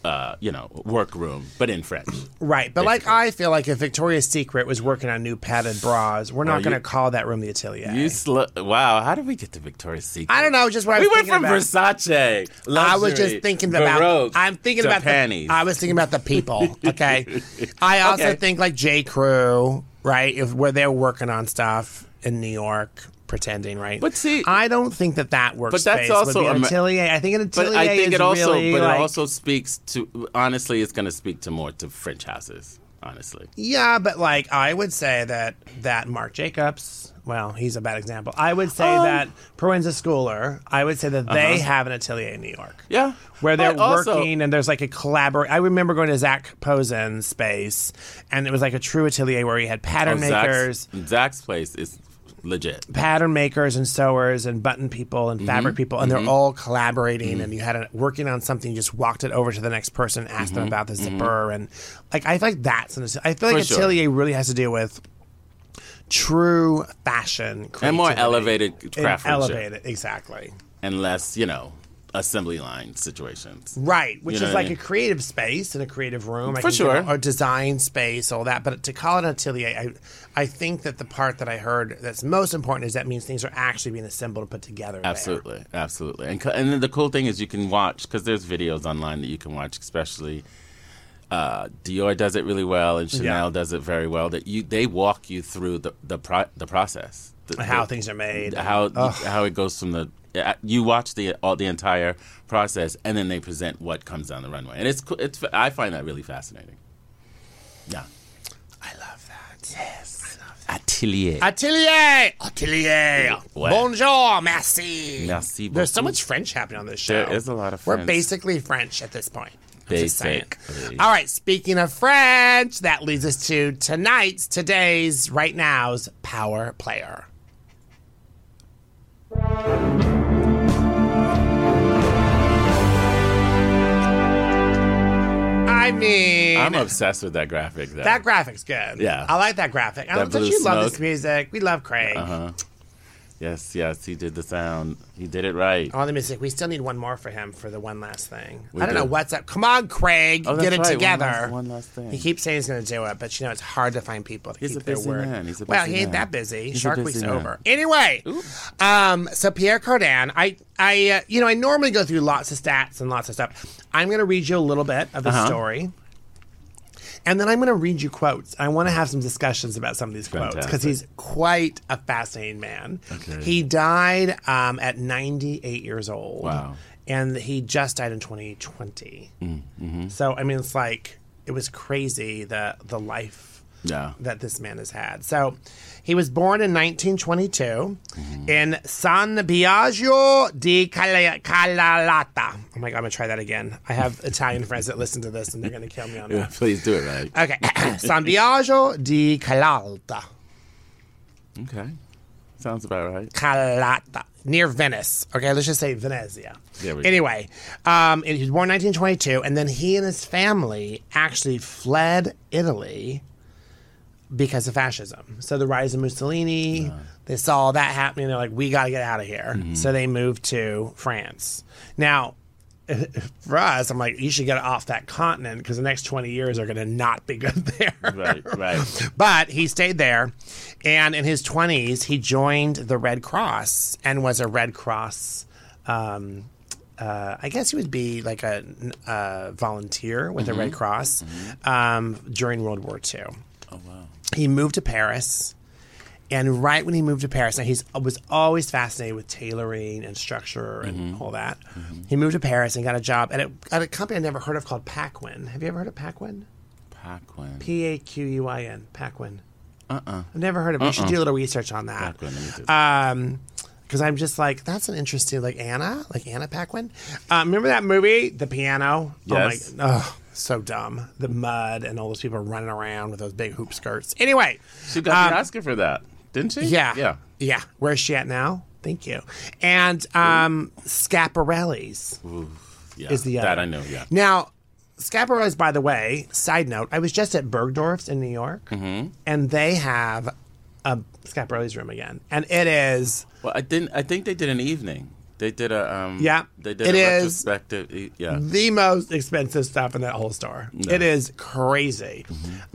Speaker 1: uh, you know, workroom, but in French.
Speaker 2: Right, but like I feel like if Victoria's Secret was working on new padded bras, we're not
Speaker 1: you-
Speaker 2: going to call that room the atelier.
Speaker 1: You sl- wow, how did we get to Victoria's Secret?
Speaker 2: I don't know, just what I
Speaker 1: We
Speaker 2: was
Speaker 1: went
Speaker 2: thinking
Speaker 1: from
Speaker 2: about.
Speaker 1: Versace.
Speaker 2: I was
Speaker 1: luxury,
Speaker 2: just thinking about.
Speaker 1: Baroque,
Speaker 2: I'm thinking
Speaker 1: to
Speaker 2: about
Speaker 1: panties.
Speaker 2: the. uh, I was thinking about the
Speaker 1: <laughs>
Speaker 2: people. Okay, I also
Speaker 1: Okay.
Speaker 2: think like J. Crew, right? If where they're working on stuff in New York, pretending, right?
Speaker 1: But see-
Speaker 2: I don't think that that works.
Speaker 1: that's also
Speaker 2: would be an
Speaker 1: Amer-
Speaker 2: atelier. I think an atelier
Speaker 1: but I think
Speaker 2: is
Speaker 1: it also,
Speaker 2: really
Speaker 1: but
Speaker 2: like,
Speaker 1: it also speaks to. Honestly, it's going to speak to more to French houses. Honestly,
Speaker 2: Yeah, but like I would say that that Mark Jacobs, well, he's a bad example. I would say
Speaker 1: Um,
Speaker 2: that Proenza Schooler, I would say that they have an atelier in New York.
Speaker 1: yeah,
Speaker 2: Where they're
Speaker 1: But Uh-huh. also-
Speaker 2: working and there's like a collabor. I remember going to Zach Posen's space and it was like a true atelier where he had pattern
Speaker 1: Oh, Zach's-
Speaker 2: makers,
Speaker 1: Zach's place is legit.
Speaker 2: pattern makers and sewers and button people and
Speaker 1: Mm-hmm.
Speaker 2: fabric people, and they're all collaborating.
Speaker 1: Mm.
Speaker 2: And you had a, working on something, you just walked it over to the next person, asked them about the zipper, and like I feel like that's an I feel like
Speaker 1: Mm-hmm. For sure.
Speaker 2: atelier really has to do with true fashion
Speaker 1: and more
Speaker 2: creativity.
Speaker 1: elevated
Speaker 2: And
Speaker 1: craftsmanship,
Speaker 2: elevated, exactly.
Speaker 1: and less, you know, assembly line situations.
Speaker 2: Right, which
Speaker 1: You know
Speaker 2: is
Speaker 1: what I
Speaker 2: like
Speaker 1: mean?
Speaker 2: a creative space and a creative room. I
Speaker 1: For
Speaker 2: can give
Speaker 1: sure.
Speaker 2: it a design space, all that. But to call it an atelier, I, I think that the part that I heard that's most important is that means things are actually being assembled and put together. there.
Speaker 1: Absolutely, absolutely. And co- and then the cool thing is you can watch because there's videos online that you can watch, especially. Uh, Dior does it really well, and Chanel does it very well. That you they walk you through the the pro- the process, the,
Speaker 2: how
Speaker 1: the-
Speaker 2: things are made.
Speaker 1: how how it goes from the uh, you watch the all the entire process and then they present what comes down the runway and it's co- it's I find that really fascinating. Yeah,
Speaker 2: I love that. Yes.
Speaker 1: atelier.
Speaker 2: Atelier! Atelier!
Speaker 1: Ouais.
Speaker 2: Bonjour, merci.
Speaker 1: Merci
Speaker 2: There's so
Speaker 1: beaucoup.
Speaker 2: much French happening on this show.
Speaker 1: There is a lot of
Speaker 2: We're
Speaker 1: French.
Speaker 2: basically French at this point. I'm just saying.
Speaker 1: Basically.
Speaker 2: All right, speaking of French, that leads us to tonight's, today's, right now's Power Player. I mean,
Speaker 1: I'm obsessed with that graphic. Though.
Speaker 2: that graphic's good.
Speaker 1: Yeah.
Speaker 2: I like that graphic. I
Speaker 1: That
Speaker 2: don't
Speaker 1: blue
Speaker 2: you love this
Speaker 1: smoke. Uh-huh.
Speaker 2: music. We love Craig.
Speaker 1: yes, yes, he did the sound. He did it right.
Speaker 2: All the music. We still need one more for him for the one last thing.
Speaker 1: We
Speaker 2: I don't
Speaker 1: do.
Speaker 2: know what's up. Come on, Craig,
Speaker 1: Oh, that's
Speaker 2: get it
Speaker 1: right. One
Speaker 2: together.
Speaker 1: last- one last thing.
Speaker 2: He keeps saying he's going to do it, but you know it's hard to find people to
Speaker 1: He's
Speaker 2: keep
Speaker 1: a
Speaker 2: their
Speaker 1: busy
Speaker 2: word.
Speaker 1: man. He's a
Speaker 2: well,
Speaker 1: busy
Speaker 2: he ain't
Speaker 1: man.
Speaker 2: that busy.
Speaker 1: He's a
Speaker 2: Shark
Speaker 1: busy
Speaker 2: Week's
Speaker 1: man.
Speaker 2: over. Anyway, um, so Pierre Cardin, I, I, uh, you know, I normally go through lots of stats and lots of stuff. I'm going to read you a little bit of the
Speaker 1: Uh-huh.
Speaker 2: story. And then I'm going to read you quotes. I want to have some discussions about some of these quotes because
Speaker 1: Fantastic.
Speaker 2: he's quite a fascinating man.
Speaker 1: Okay.
Speaker 2: He died um, at 98 years old.
Speaker 1: Wow. Mm,
Speaker 2: And he just died in 2020.
Speaker 1: mm-hmm.
Speaker 2: So, I mean, it's like, it was crazy the, the life
Speaker 1: Yeah.
Speaker 2: that this man has had. So, he was born in 1922
Speaker 1: Mm-hmm.
Speaker 2: in San Biagio di Cala- Calalata. Oh my God, I'm going to try that again. I
Speaker 1: <laughs>
Speaker 2: have Italian friends that listen to this and they're going to kill me on that.
Speaker 1: Yeah, please do it right.
Speaker 2: Okay. <coughs> San Biagio di Calalta.
Speaker 1: Okay. Sounds about right.
Speaker 2: Calata, near Venice. Okay, let's just say Venezia.
Speaker 1: There we go.
Speaker 2: anyway, um, and he was born 1922, and then he and his family actually fled Italy because of fascism. So the rise of Mussolini, they saw that happening. They're like, we got to get out of here.
Speaker 1: Mm-hmm.
Speaker 2: So they moved to France. Now, <laughs> for us, I'm like, you should get off that continent because the next 20 years are going to not be good <laughs> there.
Speaker 1: Right, right.
Speaker 2: But he stayed there. And in his 20s, he joined the Red Cross and was a Red Cross. Um, uh, I guess he would be like a, uh volunteer with the
Speaker 1: Mm-hmm.
Speaker 2: Red Cross um, during World War II.
Speaker 1: Oh, wow.
Speaker 2: He moved to Paris. And right when he moved to Paris, now he was always fascinated with tailoring and structure and
Speaker 1: Mm-hmm.
Speaker 2: all that. He moved to Paris and got a job at a, at a company I never heard of called Paquin. Have you ever heard of Paquin?
Speaker 1: Paquin.
Speaker 2: P A Q U I N, Paquin. Uh uh-uh. uh. i have never heard of it. You should do a little research on that.
Speaker 1: Paquin, let me do
Speaker 2: Um, because I'm just like, that's an interesting, like Anna, like Anna Paquin. Uh, remember that movie, The Piano?
Speaker 1: Yes.
Speaker 2: Oh my, oh, so dumb. The mud and all those people running around with those big hoop skirts. Anyway,
Speaker 1: She got the Oscar for that, didn't she?
Speaker 2: um, yeah.
Speaker 1: Yeah.
Speaker 2: Yeah. Where's she at now? Thank you. And um, Scaparelli's.
Speaker 1: Yeah.
Speaker 2: is the other.
Speaker 1: That I know, yeah.
Speaker 2: Now, Scaparelli's, by the way, side note, I was just at Bergdorf's in New York, and they have a Scaparelli's room again. And it is,
Speaker 1: Well, I didn't. I think they did an evening. They did a. Um,
Speaker 2: Yeah,
Speaker 1: They did
Speaker 2: it
Speaker 1: a
Speaker 2: is.
Speaker 1: retrospective. e- Yeah.
Speaker 2: the most expensive stuff in that whole store. It is crazy.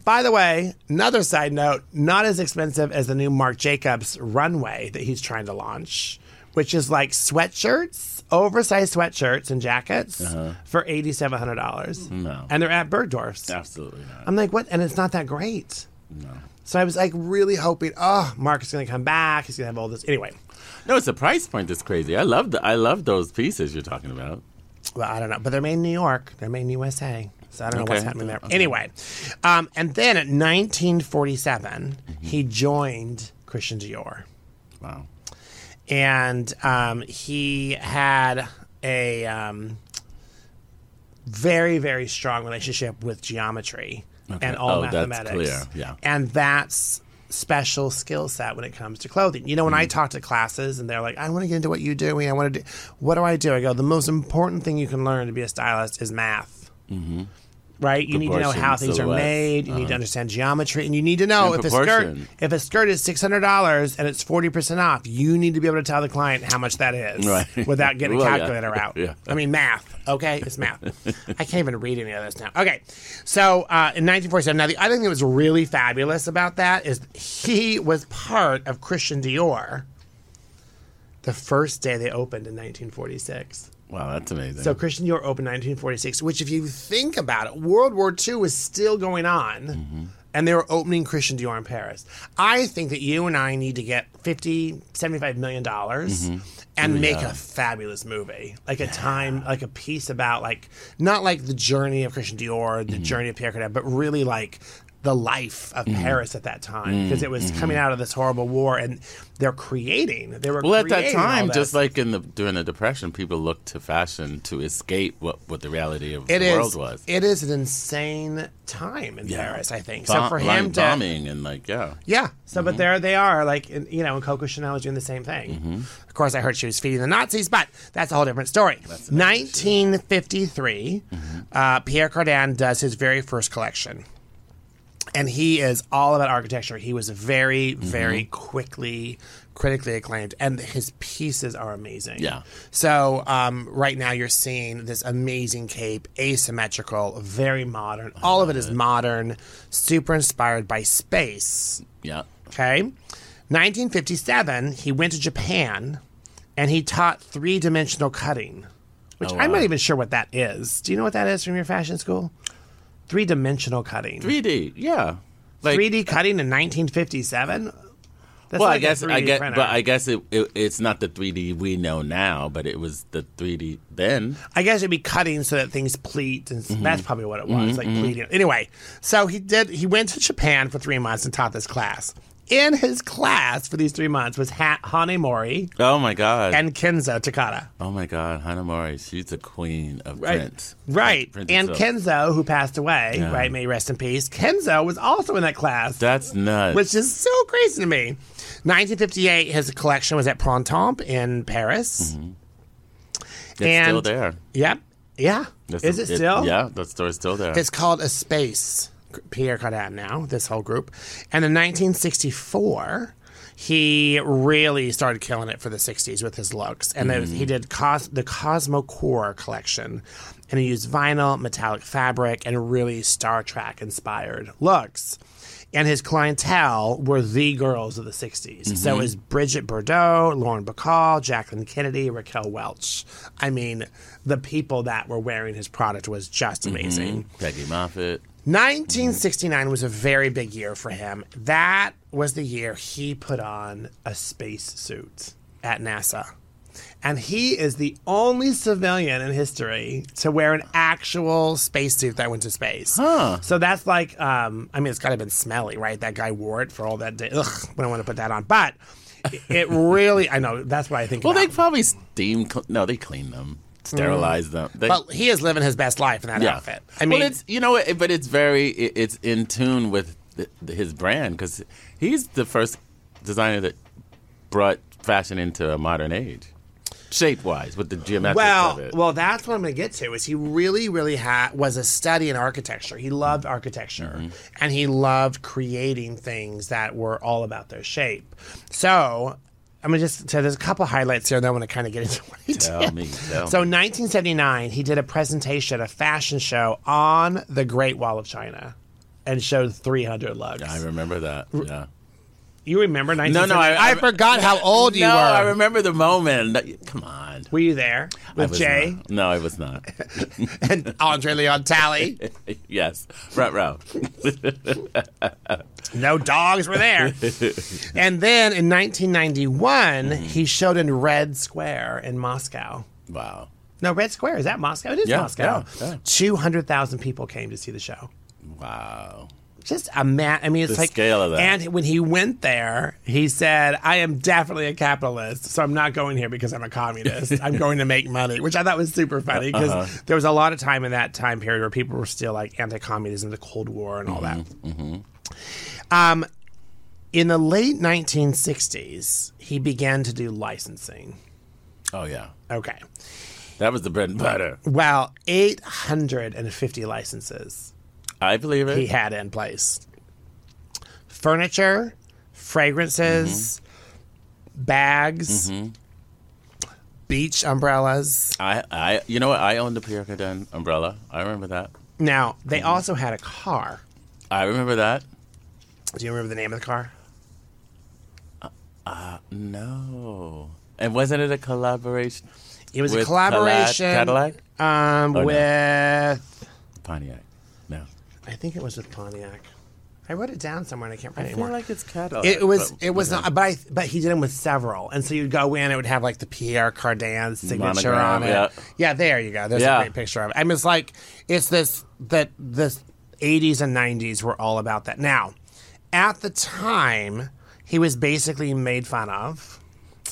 Speaker 2: By the way, another side note, not as expensive as the new Marc Jacobs runway that he's trying to launch, which is like sweatshirts, oversized sweatshirts and jackets for $8,700.
Speaker 1: No.
Speaker 2: And they're at Bergdorf's.
Speaker 1: Absolutely not.
Speaker 2: I'm like, what? And it's not that great.
Speaker 1: No.
Speaker 2: So I was like really hoping, oh, Mark is going to come back. He's going to have all this. Anyway,
Speaker 1: No, it's the price point that's crazy. I love the. I love those pieces you're talking about.
Speaker 2: well, I don't know. But they're made in New York. They're made in USA. So I don't know what's
Speaker 1: Okay.
Speaker 2: happening there.
Speaker 1: Okay.
Speaker 2: Anyway, um, and then at 1947, he joined Christian Dior.
Speaker 1: Wow.
Speaker 2: and um, he had a um, very very strong relationship with geometry and all
Speaker 1: Oh, that's
Speaker 2: mathematics
Speaker 1: clear. Yeah.
Speaker 2: and that's special skill set when it comes to clothing you know when
Speaker 1: Mm.
Speaker 2: i talk to classes and they're like i want to get into what you do i want to do what do i do i go the most important thing you can learn to be a stylist is math
Speaker 1: Mm-hmm.
Speaker 2: right? You need to know how
Speaker 1: Proportions,
Speaker 2: things are
Speaker 1: silhouettes.
Speaker 2: made. You need to understand geometry, and you need to know
Speaker 1: And
Speaker 2: if a skirt
Speaker 1: Uh-huh. proportion.
Speaker 2: if a skirt is six hundred dollars and it's forty percent off. You need to be able to tell the client how much that is
Speaker 1: Right.
Speaker 2: <laughs> without getting a
Speaker 1: Well, yeah.
Speaker 2: calculator out.
Speaker 1: <laughs> Yeah.
Speaker 2: I mean math. Okay, it's
Speaker 1: <laughs>
Speaker 2: math. I can't even read any of this now. Okay, so uh, in 1947. Now the other thing that was really fabulous about that is he was part of Christian Dior. The first day they opened in 1946.
Speaker 1: Wow, that's amazing.
Speaker 2: So Christian Dior opened 1946, which if you think about it, World War II was still going on. And they were opening Christian Dior in Paris. I think that you and I need to get 50, 75 million dollars
Speaker 1: Mm-hmm.
Speaker 2: and make a fabulous movie. Like a time, like a
Speaker 1: Mm-hmm.
Speaker 2: piece about like not like the journey of Christian Dior, the journey of Pierre Cardin, but really like the life of Paris at that time because it
Speaker 1: Mm-hmm.
Speaker 2: was coming out of this horrible war, and they're creating. They were
Speaker 1: Well, at that
Speaker 2: creating all
Speaker 1: time, just
Speaker 2: this.
Speaker 1: like in the during the Depression, people looked to fashion to escape what, what the reality of
Speaker 2: It
Speaker 1: the
Speaker 2: is.
Speaker 1: world was.
Speaker 2: It is an insane time in Paris, I think. so
Speaker 1: Bom-
Speaker 2: for
Speaker 1: like
Speaker 2: him to
Speaker 1: bombing and like yeah,
Speaker 2: Yeah. So, but there they are, like and, you know, and Coco Chanel was doing the same thing. Of course, I heard she was feeding the Nazis, but that's a whole different story. 1953, uh, Pierre Cardin does his very first collection, and he is all about architecture. He was very, very quickly critically acclaimed, and his pieces are amazing.
Speaker 1: Yeah.
Speaker 2: So um, right now you're seeing this amazing cape, asymmetrical, very modern. All of it is modern, super inspired by space.
Speaker 1: yeah.
Speaker 2: Okay. 1957, he went to Japan and he taught three dimensional cutting, which
Speaker 1: Oh,
Speaker 2: I'm
Speaker 1: wow.
Speaker 2: not even sure what that is. Do you know what that is from your fashion school? Three dimensional cutting.
Speaker 1: 3D, yeah. Like
Speaker 2: 3D cutting in 1957? That's
Speaker 1: well,
Speaker 2: like
Speaker 1: I
Speaker 2: a
Speaker 1: guess I
Speaker 2: 3D
Speaker 1: get,
Speaker 2: printer.
Speaker 1: but I guess it, it it's not the 3D we know now, but it was the 3D then.
Speaker 2: I guess it'd be cutting so that things pleat, and s-
Speaker 1: Mm-hmm.
Speaker 2: that's probably what it was, like pleating. Anyway, so he did. He went to Japan for three months and taught this class. In his class for these three months was ha- Hane Mori
Speaker 1: Oh my god.
Speaker 2: and Kenzo Takata.
Speaker 1: oh my god, Hanamori, she's the queen of
Speaker 2: Right.
Speaker 1: prints.
Speaker 2: Right.
Speaker 1: Prince
Speaker 2: and
Speaker 1: itself.
Speaker 2: Kenzo, who passed away, right, may he rest in peace. Kenzo was also in that class,
Speaker 1: That's nuts.
Speaker 2: which is so crazy to me. 1958, his collection was at Printemps in Paris.
Speaker 1: Mm-hmm. it's still
Speaker 2: and-
Speaker 1: there.
Speaker 2: Yep. Yeah.
Speaker 1: That's
Speaker 2: is
Speaker 1: the-
Speaker 2: it still?
Speaker 1: Yeah, that store's still there.
Speaker 2: It's called A Space, Pierre Cardin now, this whole group. And in 1964, he really started killing it for the 60s with his looks. And there was- he did cos- the Cosmo Core collection. And he used vinyl, metallic fabric, and really Star Trek inspired looks. And his clientele were the girls of the 60s. So it was Bridget Bordeaux, Lauren Bacall, Jacqueline Kennedy, Raquel Welch. I mean, the people that were wearing his product was just amazing.
Speaker 1: Peggy Moffitt.
Speaker 2: 1969 was a very big year for him. That was the year he put on a space suit at NASA. And he is the only civilian in history to wear an actual spacesuit that went to space.
Speaker 1: Huh.
Speaker 2: So that's like, um, I mean, it's got to have been smelly, right? That guy wore it for all that day. Ugh, I don't want to put that on. But it really, I know, that's what I think.
Speaker 1: Well, they
Speaker 2: about.
Speaker 1: probably steam. Cl- no, they clean them, sterilize them. They,
Speaker 2: But he is living his best life in that
Speaker 1: yeah.
Speaker 2: outfit. I mean,
Speaker 1: well, it's you know, it, but it's very it, it's in tune with th- his brand because he's the first designer that brought fashion into a modern age, shape wise with the geometrics of
Speaker 2: Well,
Speaker 1: it.
Speaker 2: well, that's what I'm going to get to. Is he really, really ha- was a study in architecture? He
Speaker 1: Mm-hmm.
Speaker 2: loved architecture, and he loved creating things that were all about their shape. So, I'm going to just so there's a couple highlights here, and then I'm going to kind of get into what he
Speaker 1: tell
Speaker 2: did.
Speaker 1: me, tell
Speaker 2: So,
Speaker 1: me.
Speaker 2: in 1979, he did a presentation, a fashion show on the Great Wall of China, and showed 300 lugs.
Speaker 1: I remember that. Yeah.
Speaker 2: you remember 1979?
Speaker 1: No, no, I-
Speaker 2: I,
Speaker 1: I-
Speaker 2: forgot how old you
Speaker 1: no,
Speaker 2: were.
Speaker 1: I remember the moment. That- Come on,
Speaker 2: were you there
Speaker 1: I
Speaker 2: with
Speaker 1: was
Speaker 2: Jay
Speaker 1: not. No, I was not. <laughs>
Speaker 2: and Andre Leon Talley?
Speaker 1: yes, right, row.
Speaker 2: No dogs were
Speaker 1: <laughs>
Speaker 2: there. and then in 1991, he showed in Red Square in Moscow.
Speaker 1: Wow.
Speaker 2: No, Red Square, is that Moscow? It is
Speaker 1: Yeah,
Speaker 2: Moscow.
Speaker 1: yeah, yeah.
Speaker 2: 200,000 people came to see the show.
Speaker 1: Wow.
Speaker 2: Just a man. I mean, it's
Speaker 1: The
Speaker 2: like
Speaker 1: scale of that.
Speaker 2: And when he went there, he said, "I am definitely a capitalist, so I'm not going here because I'm a
Speaker 1: <laughs>
Speaker 2: communist. I'm going to make money," which I thought was super funny
Speaker 1: Uh-huh.
Speaker 2: because there was a lot of time in that time period where people were still like anti-communism, the Cold War, and all that.
Speaker 1: Mm-hmm,
Speaker 2: Um, in the late 1960s, he began to do licensing.
Speaker 1: Oh yeah,
Speaker 2: Okay,
Speaker 1: that was the bread and butter.
Speaker 2: well, 850 licenses.
Speaker 1: I believe it.
Speaker 2: he had in place furniture, fragrances, bags, beach umbrellas.
Speaker 1: I, I, you know what? I owned the Pierre Cardin umbrella. I remember that.
Speaker 2: Now, they
Speaker 1: Mm-hmm.
Speaker 2: also had a car.
Speaker 1: I remember that.
Speaker 2: Do you remember the name of the car?
Speaker 1: No. And wasn't it a collaboration?
Speaker 2: It was a
Speaker 1: With
Speaker 2: collaboration
Speaker 1: Cadillac? Oh,
Speaker 2: um,
Speaker 1: no.
Speaker 2: with
Speaker 1: Pontiac. No.
Speaker 2: I think it was with Pontiac. I wrote it down somewhere and I can't
Speaker 1: I
Speaker 2: remember
Speaker 1: feel
Speaker 2: anymore.
Speaker 1: like it's Cadillac.
Speaker 2: It was
Speaker 1: but-
Speaker 2: it was not, but I, but he did them with several, and so you'd go in, it would have like the Pierre Cardin signature on
Speaker 1: Monogram,
Speaker 2: it.
Speaker 1: yeah.
Speaker 2: there you go. There's
Speaker 1: Yeah.
Speaker 2: a great picture of it. I mean, it's like it's this that this 80s and 90s were all about that. Now, at the time, he was basically made fun of.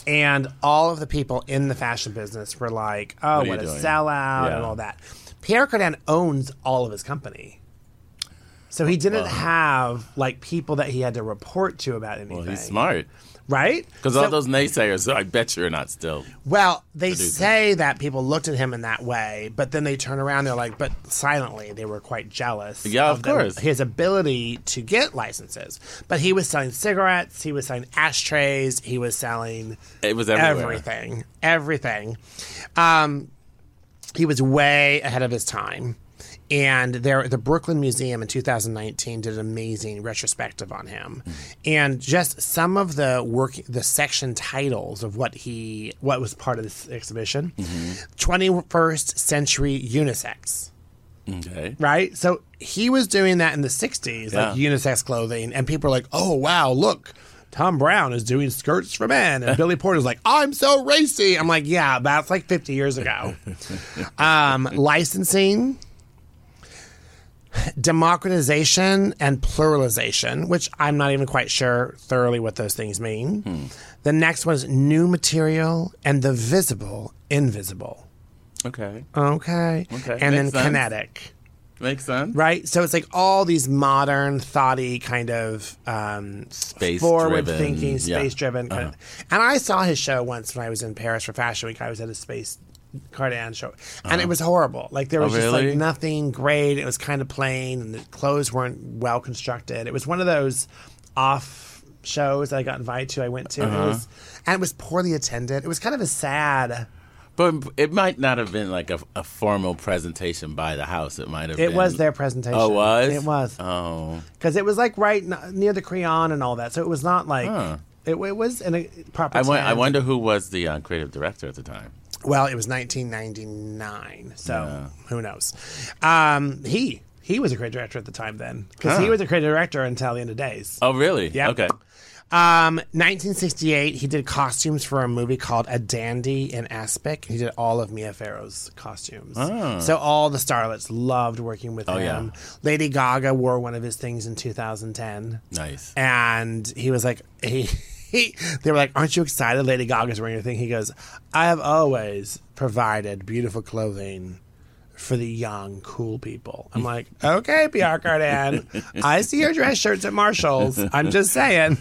Speaker 2: And all of the people in the fashion business were like, oh,
Speaker 1: are
Speaker 2: what a
Speaker 1: you doing?
Speaker 2: sellout and
Speaker 1: Yeah.
Speaker 2: all that. Pierre Cardin owns all of his company. So he didn't have like people that he had to report to about anything.
Speaker 1: Well, he's smart.
Speaker 2: Right?
Speaker 1: Because
Speaker 2: So-
Speaker 1: all those naysayers, I bet you're not still.
Speaker 2: well, they say that people looked at him in that way, but then they turn around. They're like, but silently, they were quite jealous.
Speaker 1: Yeah, of
Speaker 2: the-
Speaker 1: course.
Speaker 2: his ability to get licenses, but he was selling cigarettes. He was selling ashtrays. He was selling
Speaker 1: It was everywhere.
Speaker 2: everything, everything. Um, he was way ahead of his time. And there, the Brooklyn Museum in 2019 did an amazing retrospective on him, and just some of the work, the section titles of what he, what was part of this exhibition, 21st century unisex
Speaker 1: Okay.
Speaker 2: right? So he was doing that in the 60s, like
Speaker 1: Yeah.
Speaker 2: unisex clothing, and people are like, oh, wow, look, Tom Brown is doing skirts for men. And Billy Porter's like, I'm so racy. I'm like, yeah, that's like 50 years
Speaker 1: <laughs>
Speaker 2: ago. um, licensing, democratization, and pluralization, which I'm not even quite sure thoroughly what those things mean.
Speaker 1: Hmm.
Speaker 2: The next one is new material and the visible, invisible.
Speaker 1: Okay.
Speaker 2: Okay.
Speaker 1: Okay,
Speaker 2: And then
Speaker 1: makes sense.
Speaker 2: kinetic
Speaker 1: Makes sense.
Speaker 2: right? So it's like all these modern, thoughty kind of um,
Speaker 1: Space-driven,
Speaker 2: forward-thinking,
Speaker 1: yeah. Uh-huh.
Speaker 2: space-driven. Kind of. And I saw his show once when I was in Paris for Fashion Week. I was at a space Cardan show, and it was horrible. Like there was
Speaker 1: Uh-huh. Oh,
Speaker 2: just like
Speaker 1: really?
Speaker 2: nothing great. It was kind of plain, and the clothes weren't well constructed. It was one of those off shows that I got invited to. I went to,
Speaker 1: Uh-huh.
Speaker 2: and, it was, and it was poorly attended. It was kind of a sad.
Speaker 1: But it might not have been like a, a formal presentation by the house. It might have
Speaker 2: It
Speaker 1: been.
Speaker 2: was their presentation.
Speaker 1: Oh, it was?
Speaker 2: It was.
Speaker 1: Oh.
Speaker 2: because it was like right n- near the Creon and all that. So it was not like it, it was in a proper.
Speaker 1: I, won- I
Speaker 2: time.
Speaker 1: wonder who was the uh, creative director at the time.
Speaker 2: Well, it was 1999, so who knows? Um, he he was a creative director at the time then, because he
Speaker 1: Huh.
Speaker 2: was a creative director until the end of days.
Speaker 1: Oh, really?
Speaker 2: Yep.
Speaker 1: Okay.
Speaker 2: Um, 1968, he did costumes for a movie called A Dandy in Aspic. He did all of Mia Farrow's costumes. So all the starlets loved working
Speaker 1: Oh,
Speaker 2: with him. Lady Gaga wore one of his things in 2010.
Speaker 1: Nice.
Speaker 2: and he was like he, <laughs> he they were like aren't you excited lady gaga's wearing your thing he goes i have always provided beautiful clothing for the young cool people i'm like okay pr cardan i see your dress shirts at marshall's i'm just saying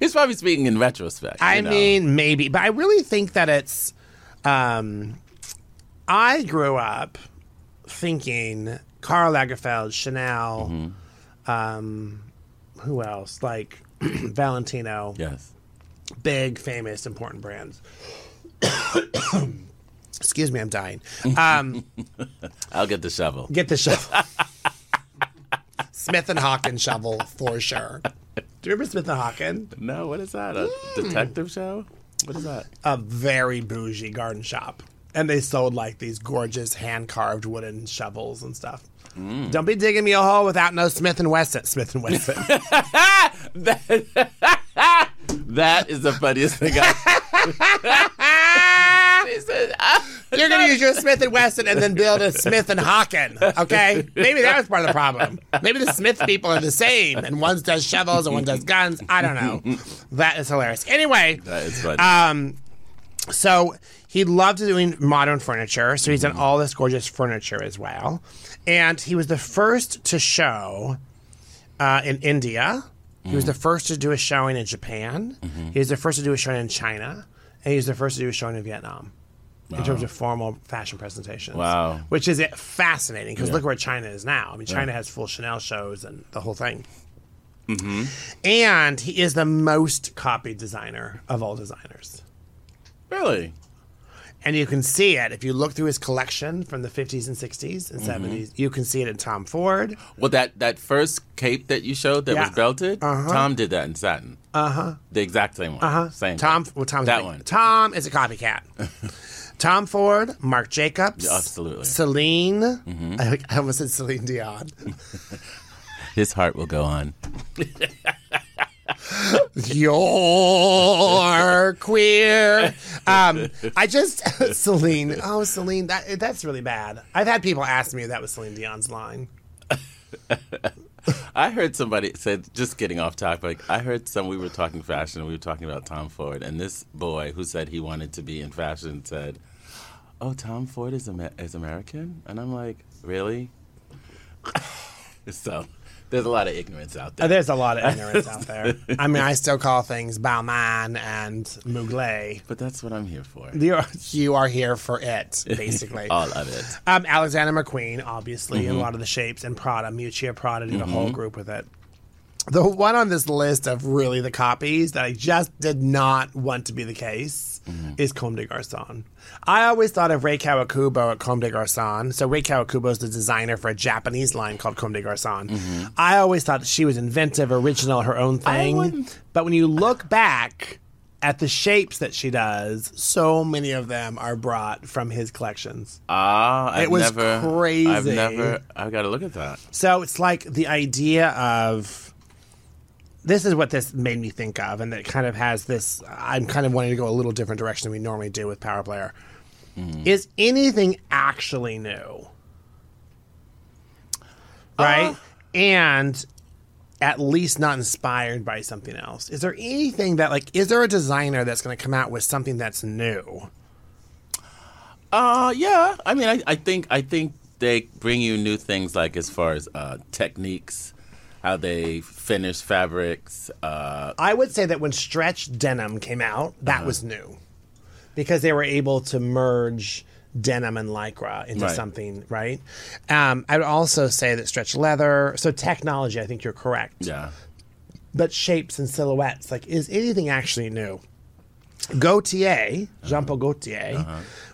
Speaker 1: He's probably speaking in retrospect. you
Speaker 2: I
Speaker 1: know.
Speaker 2: mean, maybe, but I really think that it's. Um, I grew up thinking Karl Lagerfeld, Chanel, um, who else? Like <clears throat> Valentino,
Speaker 1: Yes.
Speaker 2: big, famous, important brands. <coughs> Excuse me, I'm dying. Um,
Speaker 1: I'll get the shovel.
Speaker 2: get the shovel. Smith and Hawken shovel for sure. Do you remember Smith and Hawken?
Speaker 1: No, what is that? A
Speaker 2: Hmm.
Speaker 1: detective show? What is that?
Speaker 2: a very bougie garden shop. And they sold like these gorgeous hand carved wooden shovels and stuff. Don't be digging me a hole without no Smith and Wesson. Smith and Wesson.
Speaker 1: That is the funniest thing
Speaker 2: <laughs>
Speaker 1: I. She said, "Ah."
Speaker 2: You're gonna use your Smith and Wesson and then build a Smith and Hawken. Okay, maybe that was part of the problem. Maybe the Smith people are the same, and one does shovels and one does guns. I don't know. That is hilarious. Anyway,
Speaker 1: that is funny.
Speaker 2: Uh, So he loved doing modern furniture. So he's done all this gorgeous furniture as well. And he was the first to show uh, in India. He was the first to do a showing in Japan. He was the first to do a showing in China. And he was the first to do a showing in Vietnam in terms of formal fashion presentations.
Speaker 1: Wow.
Speaker 2: Which is fascinating because look where China is now. I mean, China has full Chanel shows and the whole thing. And he is the most copied designer of all designers.
Speaker 1: really?
Speaker 2: And you can see it if you look through his collection from the 50s and 60s
Speaker 1: Mm-hmm.
Speaker 2: and 70s. You can see it in Tom Ford.
Speaker 1: Well, that that first cape that you showed that
Speaker 2: Yeah. Uh-huh.
Speaker 1: was belted, Tom did that in satin. Uh huh. The exact same one. Uh huh. Same.
Speaker 2: Tom,
Speaker 1: one.
Speaker 2: well, Tom's
Speaker 1: that
Speaker 2: big-
Speaker 1: one.
Speaker 2: Tom is a
Speaker 1: <laughs>
Speaker 2: copycat. Tom Ford, Mark Jacobs,
Speaker 1: absolutely. Mm-hmm.
Speaker 2: Celine. I, I almost said Celine Dion. <laughs>
Speaker 1: His heart will go on.
Speaker 2: You're queer. Um, I just <laughs> Celine. Oh, Celine. That that's really bad. I've had people ask me if that was Celine Dion's line.
Speaker 1: I heard somebody said, just getting off topic, I heard some, we were talking fashion, we were talking about Tom Ford, and this boy who said he wanted to be in fashion said, Oh, Tom Ford is, Amer- is American? And I'm like, Really? <laughs> so there's a lot of ignorance out
Speaker 2: Uh,
Speaker 1: there.
Speaker 2: There's a lot of ignorance out there. I mean, I still call things Balmain and Mugler.
Speaker 1: But that's what I'm here for.
Speaker 2: You are, you are here for it, basically.
Speaker 1: All of it.
Speaker 2: um, Alexander McQueen, obviously, a lot of the shapes, and Prada, Miuccia Prada did a whole group with it. The one on this list of really the copies that I just did not want to be the case is Comme des Garçons. I always thought of Rei Kawakubo at Comme des Garçons. So Rei Kawakubo is the designer for a Japanese line called Comme des Garçons. I always thought that she was inventive, original, her own thing.
Speaker 1: wouldn't-
Speaker 2: But when you look back at the shapes that she does, so many of them are brought from his collections.
Speaker 1: Ah, I've
Speaker 2: It was
Speaker 1: never, I've
Speaker 2: crazy.
Speaker 1: never, I've got to look at that.
Speaker 2: So it's like the idea of this is what this made me think of, and it kind of has this. I'm kind of wanting to go a little different direction than we normally do with Power Player. Is anything actually new? Right? and at least not inspired by something else. Is there anything that, like, is there a designer that's going to come out with something that's new?
Speaker 1: Uh, yeah. I mean, I, I think I think they bring you new things, like as far as uh, techniques, how they finish fabrics. Uh,
Speaker 2: I would say that when stretch denim came out, that was new because they were able to merge denim and lycra into
Speaker 1: Right.
Speaker 2: something, right? Um, I would also say that stretch leather, so technology, I think you're correct.
Speaker 1: yeah.
Speaker 2: But shapes and silhouettes, like, is anything actually new? Gautier, Jean Paul Gaultier,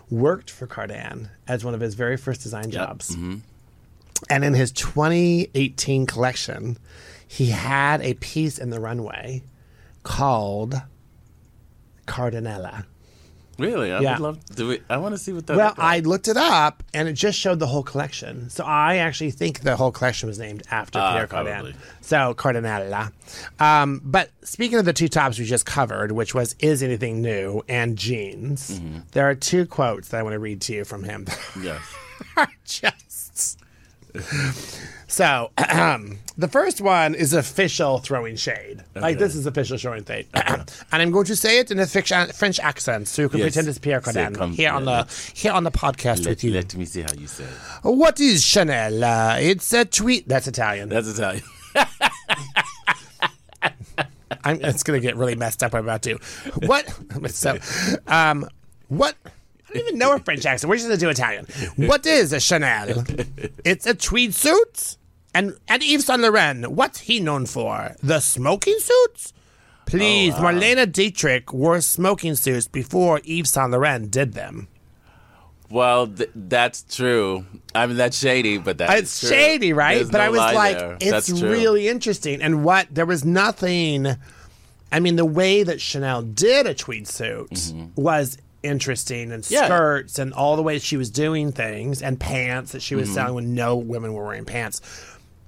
Speaker 2: worked for Cardin as one of his very first design jobs. And in his 2018 collection, he had a piece in the runway called Cardinella.
Speaker 1: Really, I
Speaker 2: Yeah.
Speaker 1: would love. Do we, I want to see what that.
Speaker 2: Well, I looked it up and it just showed the whole collection. So I actually think the whole collection was named after
Speaker 1: Ah,
Speaker 2: Pierre
Speaker 1: probably.
Speaker 2: Cardin. So Cardinella. Um, but speaking of the two tops we just covered, which was Is Anything New and Jeans,
Speaker 1: Mm-hmm.
Speaker 2: there are two quotes that I want to read to you from him <laughs>
Speaker 1: yes.
Speaker 2: are <laughs> just. So, <clears throat> the first one is official throwing shade. Like, this is official throwing shade. <clears throat> and I'm going to say it in a fix- French accent so you can
Speaker 1: Yes.
Speaker 2: pretend it's Pierre
Speaker 1: Say it
Speaker 2: Cardin
Speaker 1: com-
Speaker 2: here, on
Speaker 1: yeah,
Speaker 2: the, here on the podcast with
Speaker 1: Let,
Speaker 2: you.
Speaker 1: let me see how you say. It.
Speaker 2: What is Chanel? Uh, it's a tweet. That's Italian.
Speaker 1: That's Italian.
Speaker 2: I'm, it's going to get really messed up. I'm about to. What? <laughs> So, um, what? I don't even know a French accent. We're just going to do Italian. What is a Chanel? It's a tweed suit. And and Yves Saint Laurent, what's he known for? The smoking suits? Please, Marlena Dietrich wore smoking suits before Yves Saint Laurent did them.
Speaker 1: <laughs> Well, th- that's true. I mean, that's shady, but that's
Speaker 2: It's shady, right? but I was like, it's
Speaker 1: that's true.
Speaker 2: really interesting. And what there was nothing. I mean, the way that Chanel did a tweed suit was interesting, and
Speaker 1: Mm-hmm. Yeah.
Speaker 2: skirts, and all the way she was doing things, and pants that she was
Speaker 1: Mm-hmm.
Speaker 2: selling when no women were wearing pants.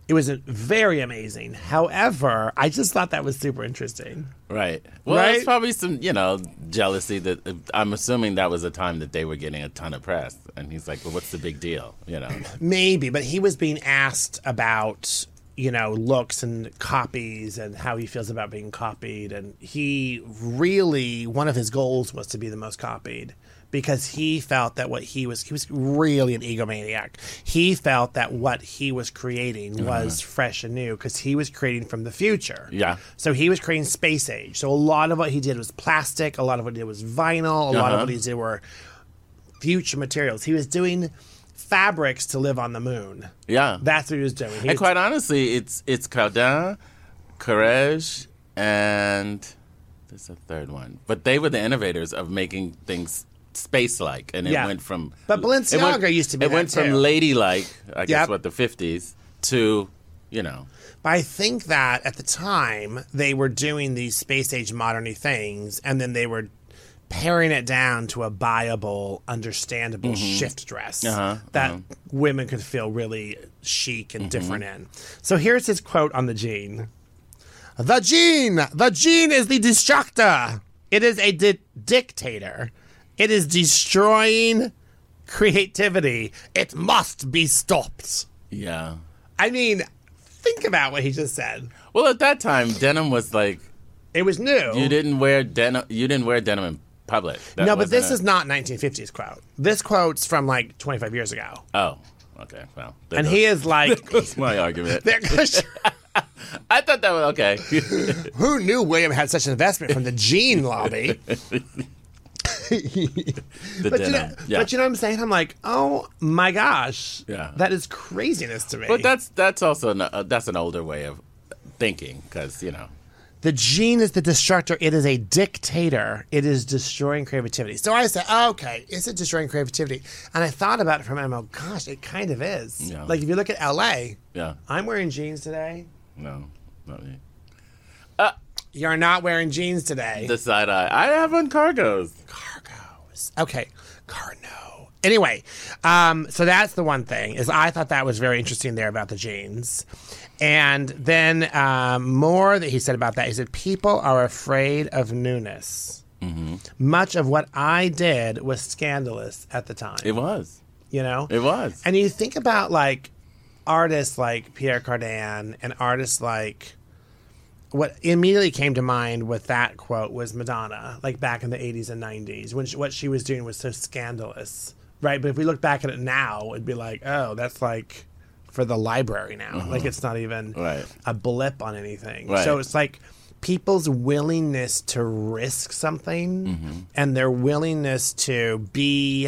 Speaker 2: It was uh, very amazing. However, I just thought that was super interesting.
Speaker 1: Right. Well,
Speaker 2: Right?
Speaker 1: there's probably some, you know, jealousy that uh, I'm assuming that was a time that they were getting a ton of press. And he's like, well, what's the big deal?
Speaker 2: <laughs>
Speaker 1: You know?
Speaker 2: Maybe, but he was being asked about you know looks and copies and how he feels about being copied, and he really one of his goals was to be the most copied because he felt that what he was he was really an egomaniac. He felt that what he was creating was fresh and new because he was creating from the future.
Speaker 1: Uh-huh. Yeah.
Speaker 2: So he was creating space age. So a lot of what he did was plastic. A lot of what he did was vinyl. A lot of
Speaker 1: Uh-huh.
Speaker 2: what he did were future materials. He was doing fabrics to live on the moon.
Speaker 1: Yeah.
Speaker 2: That's what he was doing. He
Speaker 1: and
Speaker 2: was-
Speaker 1: quite honestly, it's it's Cardin, Courage, and there's a third one. But they were the innovators of making things space like. And it
Speaker 2: Yeah.
Speaker 1: went from.
Speaker 2: But
Speaker 1: it went-
Speaker 2: Balenciaga used to be
Speaker 1: It
Speaker 2: that
Speaker 1: went from
Speaker 2: too.
Speaker 1: ladylike, I
Speaker 2: Yep.
Speaker 1: guess, what, the 50s, to, you know.
Speaker 2: but I think that at the time they were doing these space age moderny things, and then they were paring it down to a buyable, understandable shift dress
Speaker 1: Mm-hmm. Uh-huh, Mm-hmm.
Speaker 2: that women could feel really chic and different in. So here's his quote on the jean. The gene. The gene is the destructor. It is a di- dictator. It is destroying creativity. It must be stopped.
Speaker 1: Yeah.
Speaker 2: I mean, think about what he just said.
Speaker 1: Well, at that time, denim was like
Speaker 2: It was new.
Speaker 1: you didn't wear denim. You didn't wear denim in public. That
Speaker 2: Oh. no, but
Speaker 1: wasn't
Speaker 2: this
Speaker 1: a-
Speaker 2: is not 1950s quote. This quote's from like 25 years ago.
Speaker 1: oh, okay. Well, there
Speaker 2: And
Speaker 1: goes-
Speaker 2: he is like, <laughs>
Speaker 1: That's my argument.
Speaker 2: there goes-
Speaker 1: I thought that was okay.
Speaker 2: <laughs>
Speaker 1: <laughs>
Speaker 2: who knew William had such an investment from the jean <laughs> lobby?
Speaker 1: The
Speaker 2: But you,
Speaker 1: denim.
Speaker 2: know,
Speaker 1: yeah.
Speaker 2: but you know what I'm saying? I'm like, oh my gosh.
Speaker 1: Yeah.
Speaker 2: That is craziness to me.
Speaker 1: But that's that's also an, uh, that's an older way of thinking because you know.
Speaker 2: the gene is the destructor. It is a dictator. It is destroying creativity. So I said, okay, is it destroying creativity? And I thought about it from I'm like, gosh, it kind of is.
Speaker 1: Yeah.
Speaker 2: Like if you look at LA,
Speaker 1: Yeah.
Speaker 2: I'm wearing jeans today.
Speaker 1: No. Not me.
Speaker 2: You're not wearing jeans today.
Speaker 1: The side eye. I have on cargos.
Speaker 2: Cargos. Okay. Carno. Anyway, um, so that's the one thing is I thought that was very interesting there about the jeans, and then um, more that he said about that he said people are afraid of newness.
Speaker 1: Mm-hmm.
Speaker 2: Much of what I did was scandalous at the time.
Speaker 1: It was.
Speaker 2: you know,
Speaker 1: It was.
Speaker 2: and you think about like artists like Pierre Cardin and artists like what immediately came to mind with that quote was Madonna, like back in the 80s and 90s, when she, what she was doing was so scandalous, right? But if we look back at it now, it'd be like, oh, that's like for the library now. Like it's not even
Speaker 1: Uh-huh. Right.
Speaker 2: a blip on anything.
Speaker 1: Right.
Speaker 2: So it's like people's willingness to risk something
Speaker 1: Mm-hmm.
Speaker 2: and their willingness to be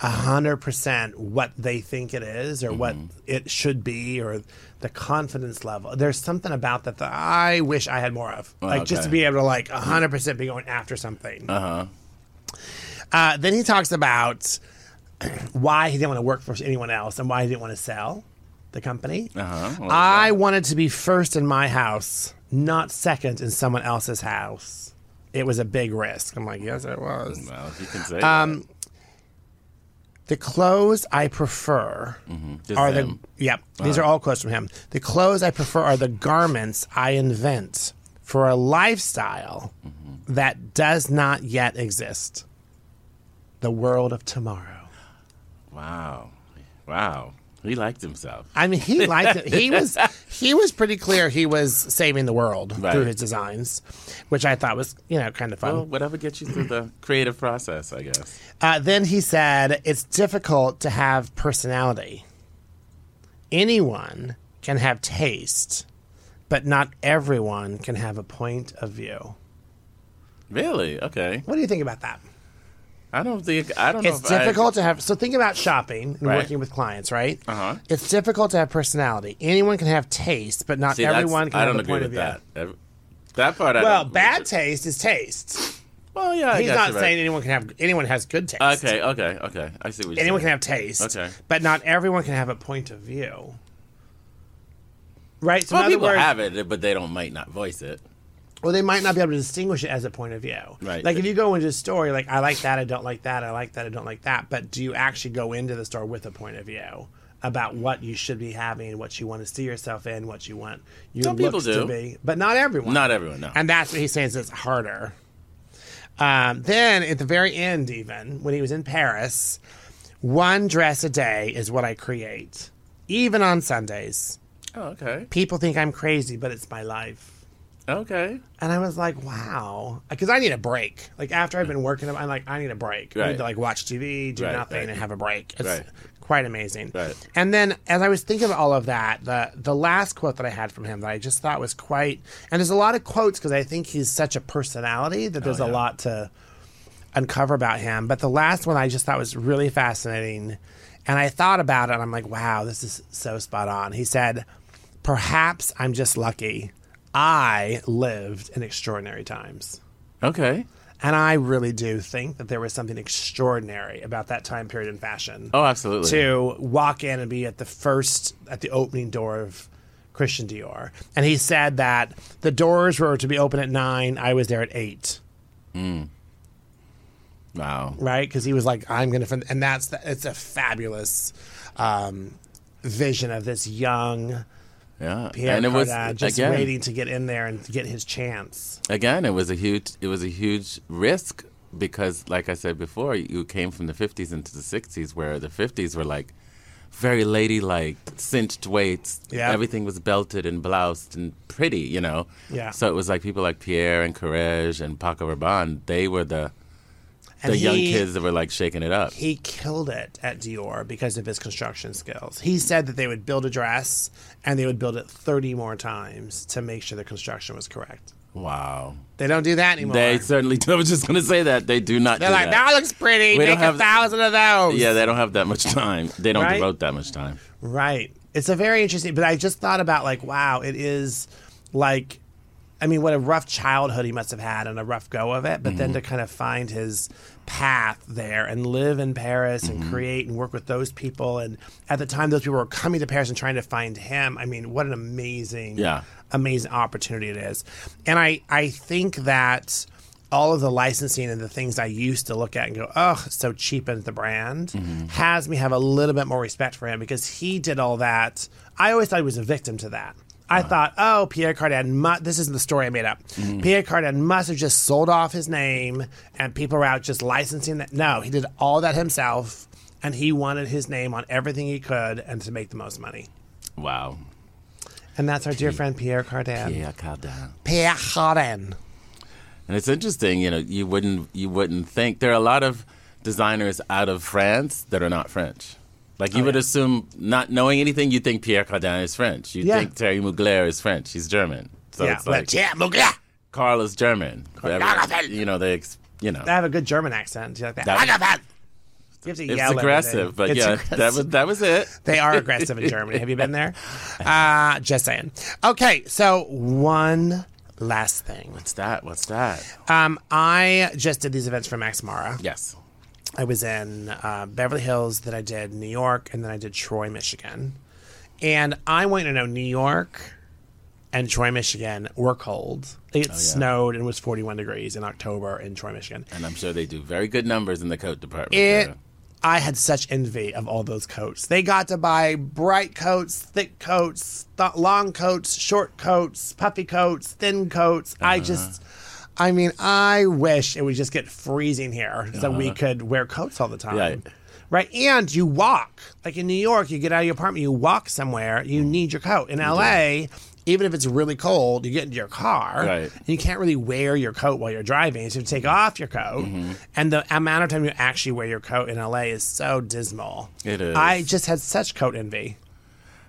Speaker 2: a hundred percent what they think it is or what it should be or the confidence level. There's something about that that I wish I had more of. like just
Speaker 1: okay.
Speaker 2: to be able to like a hundred percent be going after something. Uh-huh. then he talks about <clears throat> why he didn't want to work for anyone else and why he didn't want to sell the company.
Speaker 1: Uh-huh. Well,
Speaker 2: I wanted to be first in my house, not second in someone else's house. It was a big risk. I'm like, yes, it was.
Speaker 1: well, you can say
Speaker 2: Um, the clothes I prefer
Speaker 1: that. Just
Speaker 2: are
Speaker 1: him. Uh-huh.
Speaker 2: the yep. These are all quotes from him. The clothes I prefer are the garments I invent for a lifestyle
Speaker 1: Mm-hmm.
Speaker 2: that does not yet exist. The world of tomorrow.
Speaker 1: Wow. Wow. He liked himself.
Speaker 2: I mean, he liked it. He
Speaker 1: <laughs>
Speaker 2: was he was pretty clear. He was saving the world
Speaker 1: Right.
Speaker 2: through his designs, which I thought was you know kind of fun.
Speaker 1: Well, whatever gets you through the creative process, I guess.
Speaker 2: Uh, then he said, It's difficult to have personality. Anyone can have taste, but not everyone can have a point of view.
Speaker 1: Really? Okay.
Speaker 2: What do you think about that?
Speaker 1: I don't think I don't know.
Speaker 2: It's
Speaker 1: if I-
Speaker 2: difficult to have. So think about shopping and
Speaker 1: Right.
Speaker 2: working with clients, right?
Speaker 1: Uh-huh.
Speaker 2: It's difficult to have personality. Anyone can have taste, but not
Speaker 1: See, that's-
Speaker 2: everyone can
Speaker 1: I
Speaker 2: have
Speaker 1: don't
Speaker 2: a
Speaker 1: agree
Speaker 2: point
Speaker 1: with
Speaker 2: of view.
Speaker 1: that. Every- That part. I
Speaker 2: Well,
Speaker 1: don't-
Speaker 2: bad taste is taste.
Speaker 1: Well, yeah. I
Speaker 2: He's
Speaker 1: guess
Speaker 2: not
Speaker 1: you're right.
Speaker 2: saying anyone can have. Anyone has good taste.
Speaker 1: Okay. Okay. Okay. I see what you're
Speaker 2: anyone
Speaker 1: saying.
Speaker 2: can have taste,
Speaker 1: Okay.
Speaker 2: but not everyone can have a point of view. Right? So
Speaker 1: Well,
Speaker 2: in other
Speaker 1: people
Speaker 2: words,
Speaker 1: have it, but they don't might not voice it.
Speaker 2: well, they might not be able to distinguish it as a point of view.
Speaker 1: Right.
Speaker 2: Like if you go into a store, you're like I like that, I don't like that, I like that, I don't like that. But do you actually go into the store with a point of view about what you should be having, what you want to see yourself in, what you want your
Speaker 1: Some people
Speaker 2: looks to
Speaker 1: do.
Speaker 2: be, but not everyone.
Speaker 1: Not everyone. No.
Speaker 2: And that's what he says is harder. Um, then at the very end, even when he was in Paris, one dress a day is what I create, even on Sundays.
Speaker 1: oh, okay.
Speaker 2: People think I'm crazy, but it's my life.
Speaker 1: Okay.
Speaker 2: And I was like, wow, because I need a break. Like after I've been working, I'm like, I need a break. I need
Speaker 1: Right.
Speaker 2: to like watch TV, do
Speaker 1: Right,
Speaker 2: nothing,
Speaker 1: right.
Speaker 2: and have a break. It's
Speaker 1: Right.
Speaker 2: quite amazing.
Speaker 1: Right.
Speaker 2: And then as I was thinking about all of that, the the last quote that I had from him that I just thought was quite, and there's a lot of quotes because I think he's such a personality that there's
Speaker 1: Oh, yeah.
Speaker 2: a lot to uncover about him. But the last one I just thought was really fascinating. And I thought about it and I'm like, wow, this is so spot on. He said, Perhaps I'm just lucky. I lived in extraordinary times.
Speaker 1: Okay.
Speaker 2: And I really do think that there was something extraordinary about that time period in fashion
Speaker 1: Oh, absolutely.
Speaker 2: to walk in and be at the first at the opening door of Christian Dior. And he said that the doors were to be open at nine. I was there at eight,
Speaker 1: Wow.
Speaker 2: right? Because he was like, "I'm gonna," fin-. and that's the, it's a fabulous um, vision of this young
Speaker 1: Yeah.
Speaker 2: Pierre
Speaker 1: and it was
Speaker 2: Cardin just
Speaker 1: again.
Speaker 2: waiting to get in there and to get his chance.
Speaker 1: Again, it was a huge. It was a huge risk because, like I said before, you came from the '50s into the '60s, where the '50s were like very ladylike, cinched waists.
Speaker 2: Yeah.
Speaker 1: Everything was belted and bloused and pretty, you know?
Speaker 2: Yeah.
Speaker 1: So it was like people like Pierre and Courage and Paco Rabanne, they were the,
Speaker 2: And
Speaker 1: the young
Speaker 2: he-
Speaker 1: kids that were like shaking it up.
Speaker 2: he killed it at Dior because of his construction skills. He said that they would build a dress and they would build it 30 more times to make sure the construction was correct.
Speaker 1: wow.
Speaker 2: They don't do that anymore.
Speaker 1: They
Speaker 2: They,
Speaker 1: certainly, <laughs> I was just going to say that. They do not
Speaker 2: are
Speaker 1: do
Speaker 2: like,
Speaker 1: that.
Speaker 2: that looks pretty.
Speaker 1: We
Speaker 2: Make
Speaker 1: don't
Speaker 2: a
Speaker 1: have-
Speaker 2: thousand of those.
Speaker 1: Yeah, they don't have that much time. They don't
Speaker 2: Right?
Speaker 1: devote that much time.
Speaker 2: Right. It's a very interesting, but I just thought about like, wow, it is like, I mean, what a rough childhood he must have had and a rough go of it, but then to
Speaker 1: Mm-hmm.
Speaker 2: kind of find his path there and live in Paris
Speaker 1: Mm-hmm.
Speaker 2: and create and work with those people. And at the time, those people were coming to Paris and trying to find him. I mean, what an amazing,
Speaker 1: Yeah.
Speaker 2: amazing opportunity it is. And I, I think that all of the licensing and the things I used to look at and go, oh, so cheapens the brand, has me have a little bit more respect for him because he did all that. I always thought he was a victim to that. I thought, oh, Pierre Cardin, mu- this is the story I made up. Pierre Cardin must have just sold off his name and people were out just licensing that. No, he did all that himself and he wanted his name on everything he could and to make the most money.
Speaker 1: Wow.
Speaker 2: And that's our dear friend Pierre Cardin.
Speaker 1: Yeah, calm down.
Speaker 2: Pierre Cardin.
Speaker 1: And it's interesting, you know, you wouldn't you wouldn't think there are a lot of designers out of France that are not French. Like
Speaker 2: Oh,
Speaker 1: you would assume, not knowing anything, you think Pierre Cardin is French. You
Speaker 2: Yeah.
Speaker 1: think Terry Mugler is French. He's German. So
Speaker 2: yeah,
Speaker 1: it's
Speaker 2: well,
Speaker 1: like
Speaker 2: Pierre Mugler.
Speaker 1: Carl is German. But everyone- you know, they ex- you know
Speaker 2: I have a good German accent. You like that?
Speaker 1: That-
Speaker 2: Agafat! You have to
Speaker 1: it's
Speaker 2: yell everything.
Speaker 1: aggressive, but
Speaker 2: eh? It's
Speaker 1: yeah, that
Speaker 2: aggressive.
Speaker 1: was that was it.
Speaker 2: they are aggressive in Germany. Have you been
Speaker 1: <laughs>
Speaker 2: there? Uh, just saying. Okay, so one last thing.
Speaker 1: What's that? What's that?
Speaker 2: Um, I just did these events for Max Mara.
Speaker 1: Yes.
Speaker 2: I was in uh, Beverly Hills, then I did New York, and then I did Troy, Michigan. And I want you to know New York and Troy, Michigan were cold.
Speaker 1: Oh,
Speaker 2: It snowed and was 41 degrees in October in Troy, Michigan.
Speaker 1: And I'm sure they do very good numbers in the coat department.
Speaker 2: It.
Speaker 1: there.
Speaker 2: I had such envy of all those coats. They got to buy bright coats, thick coats, th- long coats, short coats, puffy coats, thin coats. I just, I mean, I wish it would just get freezing here so we could wear coats all the time.
Speaker 1: Right.
Speaker 2: Right? And you walk. Like in New York, you get out of your apartment, you walk somewhere, you need your coat. In LA, even if it's really cold, you get into your car
Speaker 1: Right.
Speaker 2: and <laughs> you can't really wear your coat while you're driving. So you have to take off your coat.
Speaker 1: Mm-hmm.
Speaker 2: And the amount of time you actually wear your coat in LA is so dismal.
Speaker 1: It is.
Speaker 2: I just had such coat envy.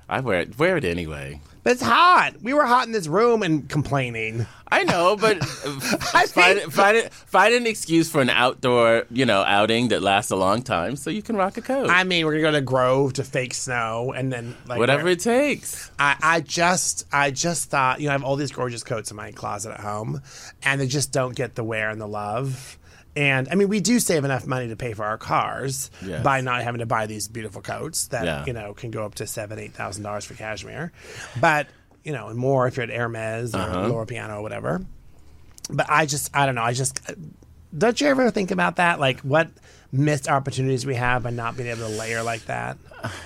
Speaker 1: I wear it wear it anyway.
Speaker 2: But it's hot. We were hot in this room and complaining.
Speaker 1: I know, <laughs> but
Speaker 2: I
Speaker 1: find,
Speaker 2: think-
Speaker 1: find, it- find an excuse for an outdoor, you know, outing that lasts a long time so you can rock a coat.
Speaker 2: I mean, we're going to go to Grove to fake snow and then like
Speaker 1: Whatever it takes.
Speaker 2: I, I just I just thought you know I have all these gorgeous coats in my closet at home, and they just don't get the wear and the love. And I mean, we do save enough money to pay for our cars
Speaker 1: Yes.
Speaker 2: by not having to buy these beautiful coats that
Speaker 1: Yeah.
Speaker 2: you know can go up to seven eight thousand dollars for cashmere, but you know and more if you're at Hermes or
Speaker 1: Uh-huh.
Speaker 2: Loro Piano or whatever. But I just I don't know I just. Don't you ever think about that? Like what missed opportunities we have by not being able to layer like that?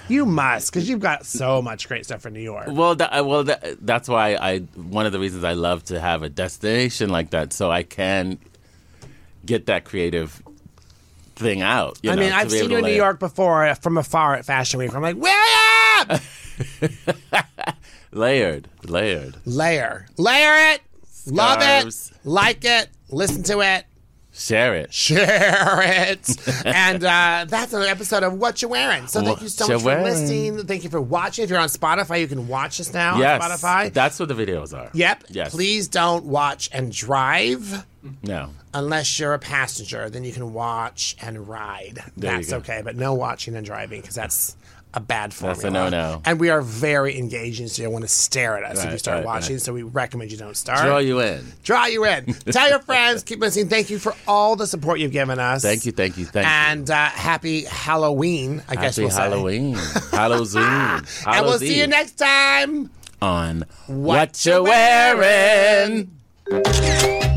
Speaker 2: You must, because you've got so much great stuff for New York.
Speaker 1: Well, that, I- well, that, that's why I one of the reasons I love to have a destination like that so I can get that creative thing out. you
Speaker 2: I
Speaker 1: know,
Speaker 2: mean,
Speaker 1: to
Speaker 2: I've
Speaker 1: be able
Speaker 2: seen
Speaker 1: to
Speaker 2: you in New
Speaker 1: lay-
Speaker 2: York before uh, from afar at Fashion Week. I'm like,
Speaker 1: <laughs>
Speaker 2: William,
Speaker 1: layered, layered.
Speaker 2: layer, layer it, love
Speaker 1: Scarves.
Speaker 2: it, like it, listen to it,
Speaker 1: Share it.
Speaker 2: share it,
Speaker 1: <laughs>
Speaker 2: and uh, that's another episode of What You Wearing. So thank you so
Speaker 1: What
Speaker 2: much
Speaker 1: You
Speaker 2: for
Speaker 1: Wearing.
Speaker 2: listening. Thank you for watching. If you're on Spotify, you can watch us now
Speaker 1: Yes,
Speaker 2: on Spotify.
Speaker 1: that's what the videos are.
Speaker 2: yep.
Speaker 1: Yes.
Speaker 2: Please don't watch and drive.
Speaker 1: No.
Speaker 2: Unless you're a passenger, then you can watch and ride.
Speaker 1: you
Speaker 2: that's
Speaker 1: go.
Speaker 2: okay, but no watching and driving because that's a bad formula.
Speaker 1: a no-no.
Speaker 2: And we are very engaging, so you'll want to stare at us if you
Speaker 1: Right,
Speaker 2: start
Speaker 1: right,
Speaker 2: watching. So we recommend you don't start.
Speaker 1: Draw you in.
Speaker 2: Draw you
Speaker 1: <laughs>
Speaker 2: in. Tell your friends. Keep listening. Thank you for all the support you've given us.
Speaker 1: Thank you, thank you, thank you.
Speaker 2: And uh, happy Halloween, I guess
Speaker 1: Happy
Speaker 2: we'll say. <laughs>
Speaker 1: Halloween. Halloween.
Speaker 2: And we'll see you
Speaker 1: Halloween.
Speaker 2: next time.
Speaker 1: on
Speaker 2: What You Wearing.